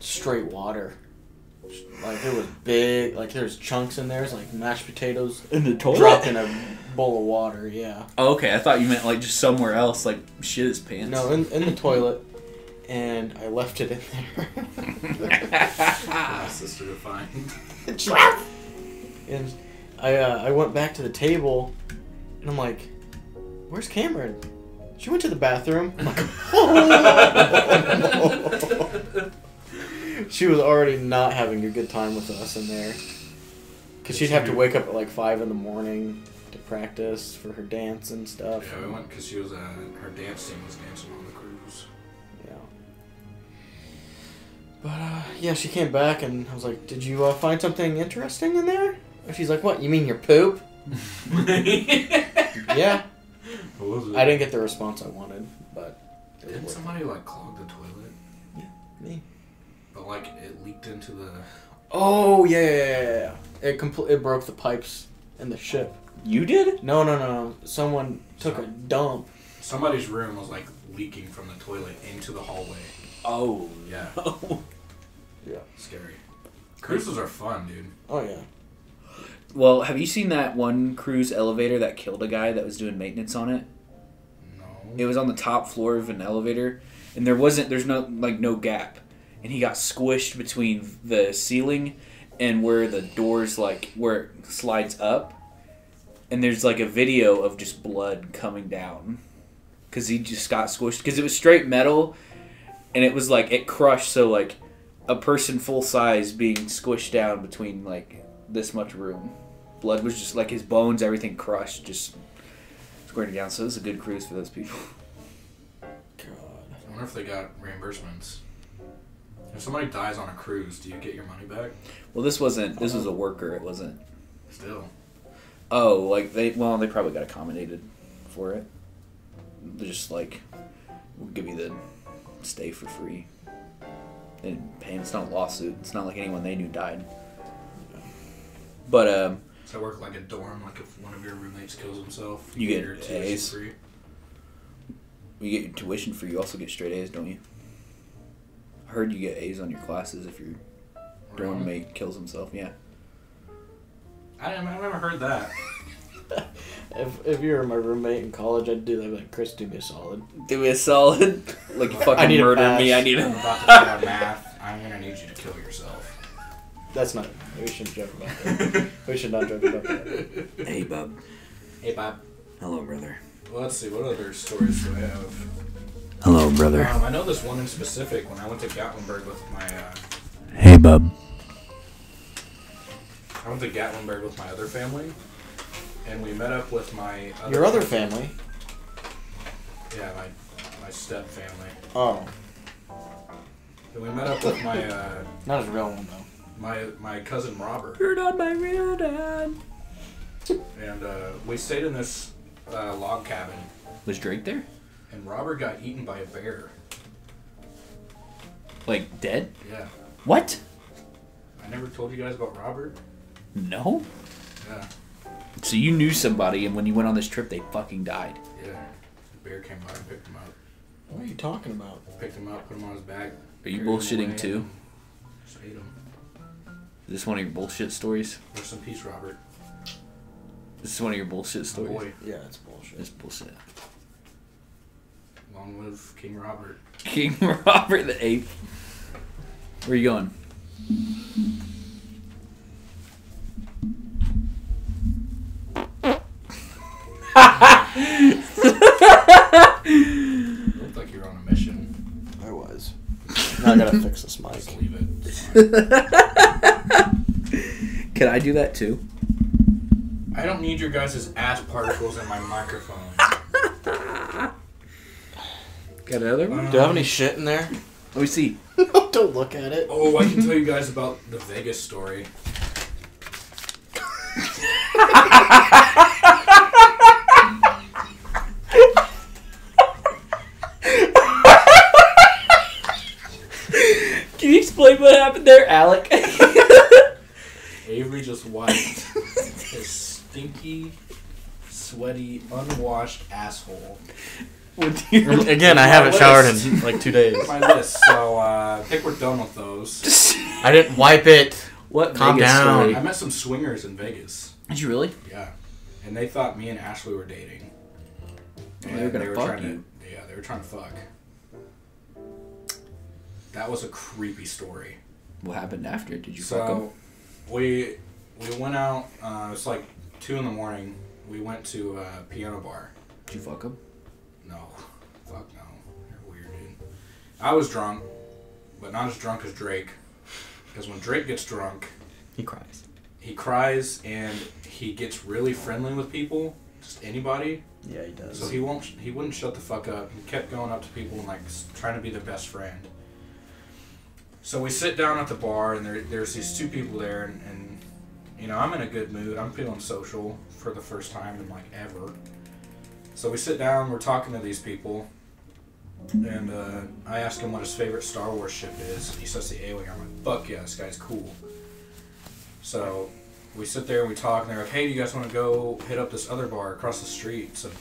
S4: straight water. Like there was big, like there's chunks in there, it's like mashed potatoes
S11: In the
S4: dropped in a bowl of water. Yeah.
S11: Oh, okay. I thought you meant like just somewhere else, like shit his pants.
S4: No, in, in the toilet, and I left it in there.
S2: My sister to find.
S4: and I uh, I went back to the table, and I'm like, "Where's Cameron? She went to the bathroom." I'm like, "Oh." she was already not having a good time with us in there, because she'd have to wake up at like five in the morning to practice for her dance and stuff.
S2: Yeah, we went because she was uh, her dance team was dancing on the cruise.
S4: Yeah. But uh, yeah, she came back and I was like, "Did you uh, find something interesting in there?" And she's like, "What? You mean your poop?" yeah.
S2: What was it?
S4: I didn't get the response I wanted, but it
S2: Didn't
S4: worked.
S2: somebody like clog the toilet?
S4: Yeah, me.
S2: But like it leaked into the.
S4: oh yeah, yeah, yeah, yeah, yeah. It compl- it broke the pipes in the ship.
S3: You did?
S4: No, no, no. Someone took a dump.
S2: Somebody's room was like leaking from the toilet into the hallway.
S3: Oh.
S2: Yeah.
S4: Yeah.
S2: Scary. Cruises are fun, dude.
S4: Oh yeah.
S3: Well, have you seen that one cruise elevator that killed a guy that was doing maintenance on it?
S2: No.
S3: It was on the top floor of an elevator, and there wasn't there's no like no gap, and he got squished between the ceiling and where the doors like where it slides up, and there's like a video of just blood coming down, because he just got squished because it was straight metal, and it was like it crushed so like a person full size being squished down between like this much room. Blood was just like his bones, everything crushed, just squirting down. So it was a good cruise for those people.
S4: God.
S2: I wonder if they got reimbursements. If somebody dies on a cruise, do you get your money back?
S3: Well, this wasn't. This was a worker. It wasn't.
S2: Still.
S3: Oh, like they. Well, they probably got accommodated for it. They're just like, we'll give you the stay for free. They didn't pay. It's not a lawsuit. It's not like anyone they knew died. But um,
S2: Does that work like a dorm? Like if one of your roommates kills himself,
S3: You get
S2: your
S3: A's.
S2: free.
S3: you get your tuition free. You also get straight A's, don't you? I heard you get A's on your classes if your dorm mate kills himself. Yeah.
S2: I didn't, I've never heard that.
S4: If if you were my roommate in college, I'd do that. I'd be Like Chris, do me a solid.
S3: Do me a solid. Like you fucking
S4: need a
S3: murder me.
S4: pass.
S3: I need
S2: I'm
S3: a
S2: about to figure out math. I'm gonna need you to kill yourself.
S4: That's not. We shouldn't joke about that. we should not joke about that.
S3: Hey, bub.
S2: Hey, Bob.
S3: Hello, brother.
S2: Well, let's see. What other stories do I have?
S5: Hello, brother.
S2: Um, I know this one in specific. When I went to Gatlinburg with my, uh,
S5: Hey, bub.
S2: I went to Gatlinburg with my other family, and we met up with my other
S4: Your other family?
S2: yeah, my my step family.
S4: Oh,
S2: And we met up with my uh,
S4: not his real one though.
S2: my my cousin Robert.
S3: on my real dad.
S2: and uh, we stayed in this uh, log cabin,
S11: Was Drake there?
S2: and Robert got eaten by a bear.
S11: Like dead?
S2: Yeah,
S11: What?
S2: I never told you guys about Robert.
S11: No.
S2: Yeah,
S11: So you knew somebody, and when you went on this trip, they fucking died.
S2: yeah. The bear came by and picked him up.
S4: What are you talking about?
S2: Picked him up, put him on his back.
S11: Are you
S2: carried him
S11: bullshitting
S2: away,
S11: too?
S2: and Just ate him.
S11: Is this one of your bullshit stories?
S2: Rest in peace, Robert.
S11: This is one of your bullshit
S2: My
S11: stories.
S2: boy,
S4: Yeah, it's bullshit.
S11: It's bullshit.
S2: long live King Robert.
S11: King Robert the Eighth. Where you going?
S2: Looked like you were on a mission.
S4: I was. Now I gotta fix this
S2: Just
S4: mic.
S2: leave it.
S11: Can I do that too?
S2: I don't need your guys' ass particles in my microphone.
S11: Got another one?
S4: Do I have any shit in there?
S11: Let me see.
S4: Don't look at it.
S2: Oh, I can tell you guys about the Vegas story.
S3: Can you explain what happened there, Alec?
S2: Avery just wiped his stinky, sweaty, unwashed asshole.
S4: Again, I haven't showered in like two days.
S2: My list. So uh, I think we're done with those.
S4: I didn't wipe it.
S3: what
S4: Calm
S3: Vegas
S4: down.
S2: I
S3: story?
S2: met some swingers in Vegas.
S11: Did you really?
S2: Yeah, and they thought me and Ashley were dating.
S11: Well, they were gonna fuck
S2: trying
S11: you.
S2: To, yeah, they were trying to fuck. That was a creepy story.
S11: What happened after? Did you fuck him?
S2: So we we went out. Uh, it was like two in the morning. We went to a piano bar.
S11: Did you fuck him?
S2: No, fuck no, you're weird, dude. I was drunk, but not as drunk as Drake, because when Drake gets drunk,
S4: He cries.
S2: he cries and he gets really friendly with people, just anybody.
S4: Yeah, he
S2: So
S4: does.
S2: he won't. He wouldn't shut the fuck up. He kept going up to people and like s- trying to be their best friend. So we sit down at the bar and there, there's these two people there and, and you know I'm in a good mood. I'm feeling social for the first time in like ever. So we sit down. We're talking to these people. And uh, I ask him what his favorite Star Wars ship is. He says the A-wing. I'm like, fuck yeah, this guy's cool. So we sit there and we talk, and they're like, "Hey, do you guys want to go hit up this other bar across the street so you,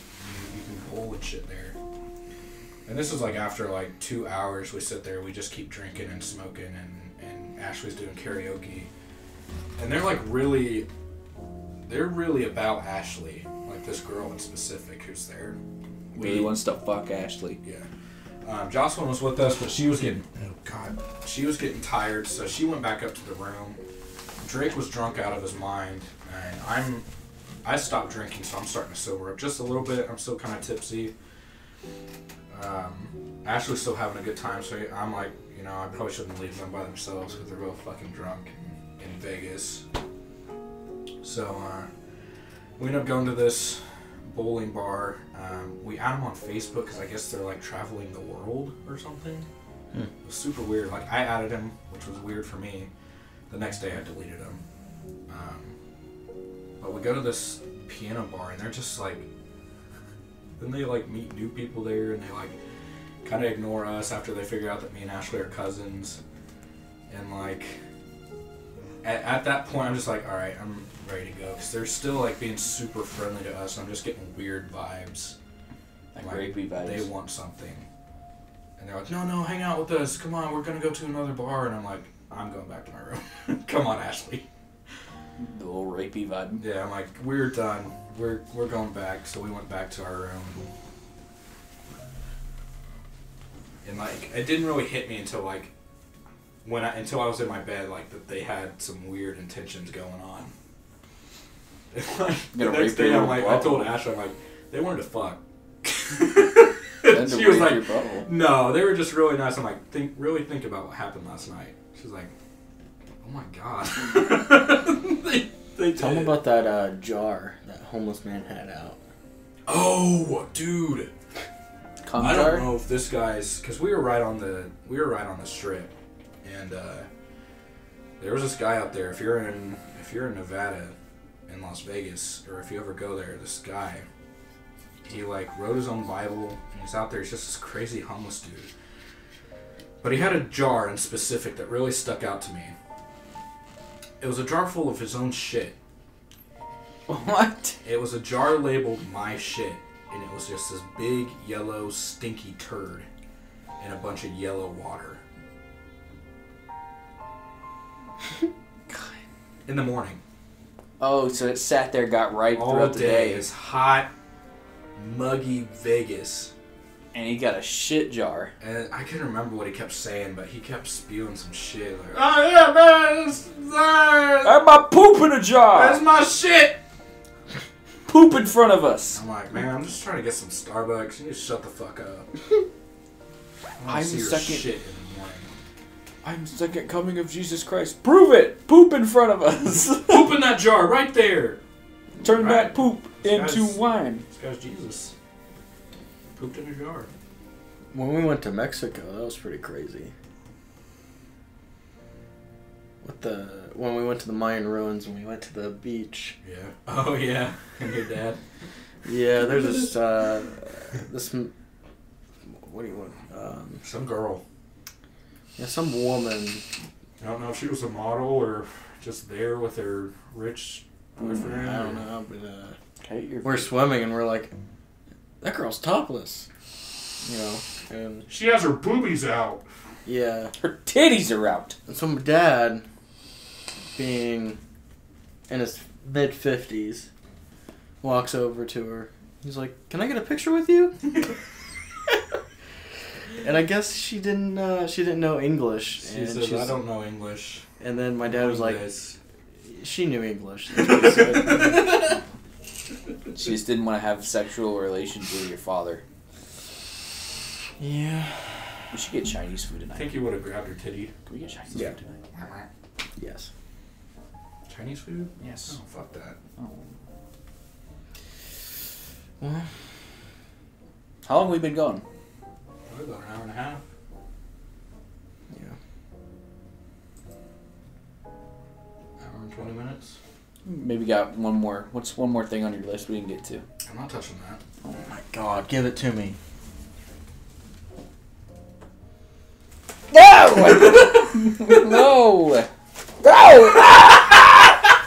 S2: you can pull and shit there?" And this is like after like two hours, we sit there, we just keep drinking and smoking, and and Ashley's doing karaoke, and they're like really, they're really about Ashley, like this girl in specific who's there.
S3: Really wants to fuck Ashley.
S2: Yeah. Um, Jocelyn was with us, but she was getting oh god, she was getting tired, so she went back up to the room. Drake was drunk out of his mind, and I'm I stopped drinking, so I'm starting to sober up just a little bit. I'm still kind of tipsy. Um, Ashley's still having a good time, so I'm like, you know, I probably shouldn't leave them by themselves because they're both fucking drunk in, in Vegas. So uh, we end up going to this bowling bar. Um, we add them on Facebook because I guess they're like traveling the world or something. It was super weird. Like I added him, which was weird for me. The next day I deleted him. Um, but we go to this piano bar and they're just like, then they like meet new people there and they like kind of ignore us after they figure out that me and Ashley are cousins. And like, at, at that point, I'm just like, all right, I'm ready to go because they're still like being super friendly to us. And I'm just getting weird vibes.
S3: Like
S2: Like,
S3: rapey vibes.
S2: They want something, and they're like, no, no, hang out with us. Come on, we're gonna go to another bar. And I'm like, I'm going back to my room. Come on, Ashley.
S3: the little rapey vibe.
S2: Yeah, I'm like, we're done. We're we're going back. So we went back to our room. And like, it didn't really hit me until like, when I until I was in my bed, like that they had some weird intentions going on. like, the
S3: Gonna
S2: next
S3: rape your
S2: day, I'm
S3: little
S2: like, I
S3: bubble.
S2: told Ash, I'm like, they wanted to fuck.
S3: Then to
S2: she was
S3: rape
S2: like,
S3: your bubble.
S2: no, they were just really nice. I'm like, think, really think about what happened last night. She's like, oh my god. they, they
S4: Tell
S2: did.
S4: him about that uh, jar that homeless man had out.
S2: Oh, dude.
S3: Cum
S2: I
S3: jar?
S2: don't know if this guy's because we were right on the we were right on the strip, and uh, there was this guy out there. If you're in if you're in Nevada, in Las Vegas, or if you ever go there, this guy, he like wrote his own Bible, and he's out there. He's just this crazy homeless dude. But he had a jar in specific that really stuck out to me. It was a jar full of his own shit.
S3: What?
S2: It was a jar labeled my shit, and it was just this big yellow stinky turd and a bunch of yellow water. In the morning,
S3: Oh, so it sat there, got ripe
S2: all
S3: throughout the
S2: day,
S3: day.
S2: it's hot, muggy Vegas,
S3: and he got a shit jar.
S2: And I couldn't remember what he kept saying, but he kept spewing some shit. Like, oh yeah, man, it's, uh,
S3: I'm my poop in a jar.
S2: that's my shit.
S3: Poop in front of us.
S2: I'm like, man, I'm just trying to get some Starbucks. You just shut the fuck up. I wanna
S3: I'm
S2: see your
S3: second-
S2: shit in the morning.
S3: I'm second coming of Jesus Christ. Prove it. Poop in front of us.
S2: Poop in that jar right there.
S3: Turn
S2: Right.
S3: that poop
S2: Yes.
S3: into wine.
S2: This guy's Jesus. Pooped in a jar.
S4: When we went to Mexico, that was pretty crazy. What the? When we went to the Mayan ruins and we went to the beach.
S2: Yeah. Oh yeah. And your dad.
S4: Yeah, there's this uh, this m- what do you want? Um,
S2: Some girl.
S4: yeah, some woman.
S2: I don't know if she was a model or just there with her rich
S4: I
S2: boyfriend.
S4: don't know, but uh,
S3: Hey, you're
S4: we're swimming and we're like, that girl's topless, you know. And
S2: She has her boobies out.
S4: yeah,
S3: Her titties are out.
S4: and so my dad, being in his mid fifties, walks over to her. He's like, "Can I get a picture with you?" and I guess she didn't. Uh, she didn't know English.
S2: She
S4: and
S2: says,
S4: she's-
S2: "I don't know English."
S4: And then my dad was like,
S2: Yes.
S4: she knew English. That's what he said.
S3: She just didn't want to have sexual relations with your father.
S4: yeah.
S3: We should get Chinese food
S2: I
S3: tonight.
S2: think you would have grabbed her titty.
S3: Can we get Chinese
S4: Yeah.
S3: food tonight?
S4: Yes.
S2: Chinese food?
S3: Yes.
S2: Oh fuck that.
S3: How long we been going?
S2: Probably about an hour and a half.
S4: Yeah.
S2: Hour and twenty minutes.
S3: Maybe got one more. What's one more thing on your list we didn't get to?
S2: I'm not touching that.
S4: Oh my God! Give it to me.
S3: No!
S2: Oh!
S3: no! No!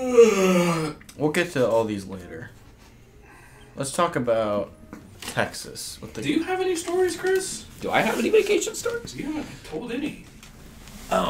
S4: We'll get to all these later. Let's talk about Texas. What the
S2: Do you have any stories, Chris?
S3: Do I have any vacation stories?
S2: You haven't told any.
S11: Oh,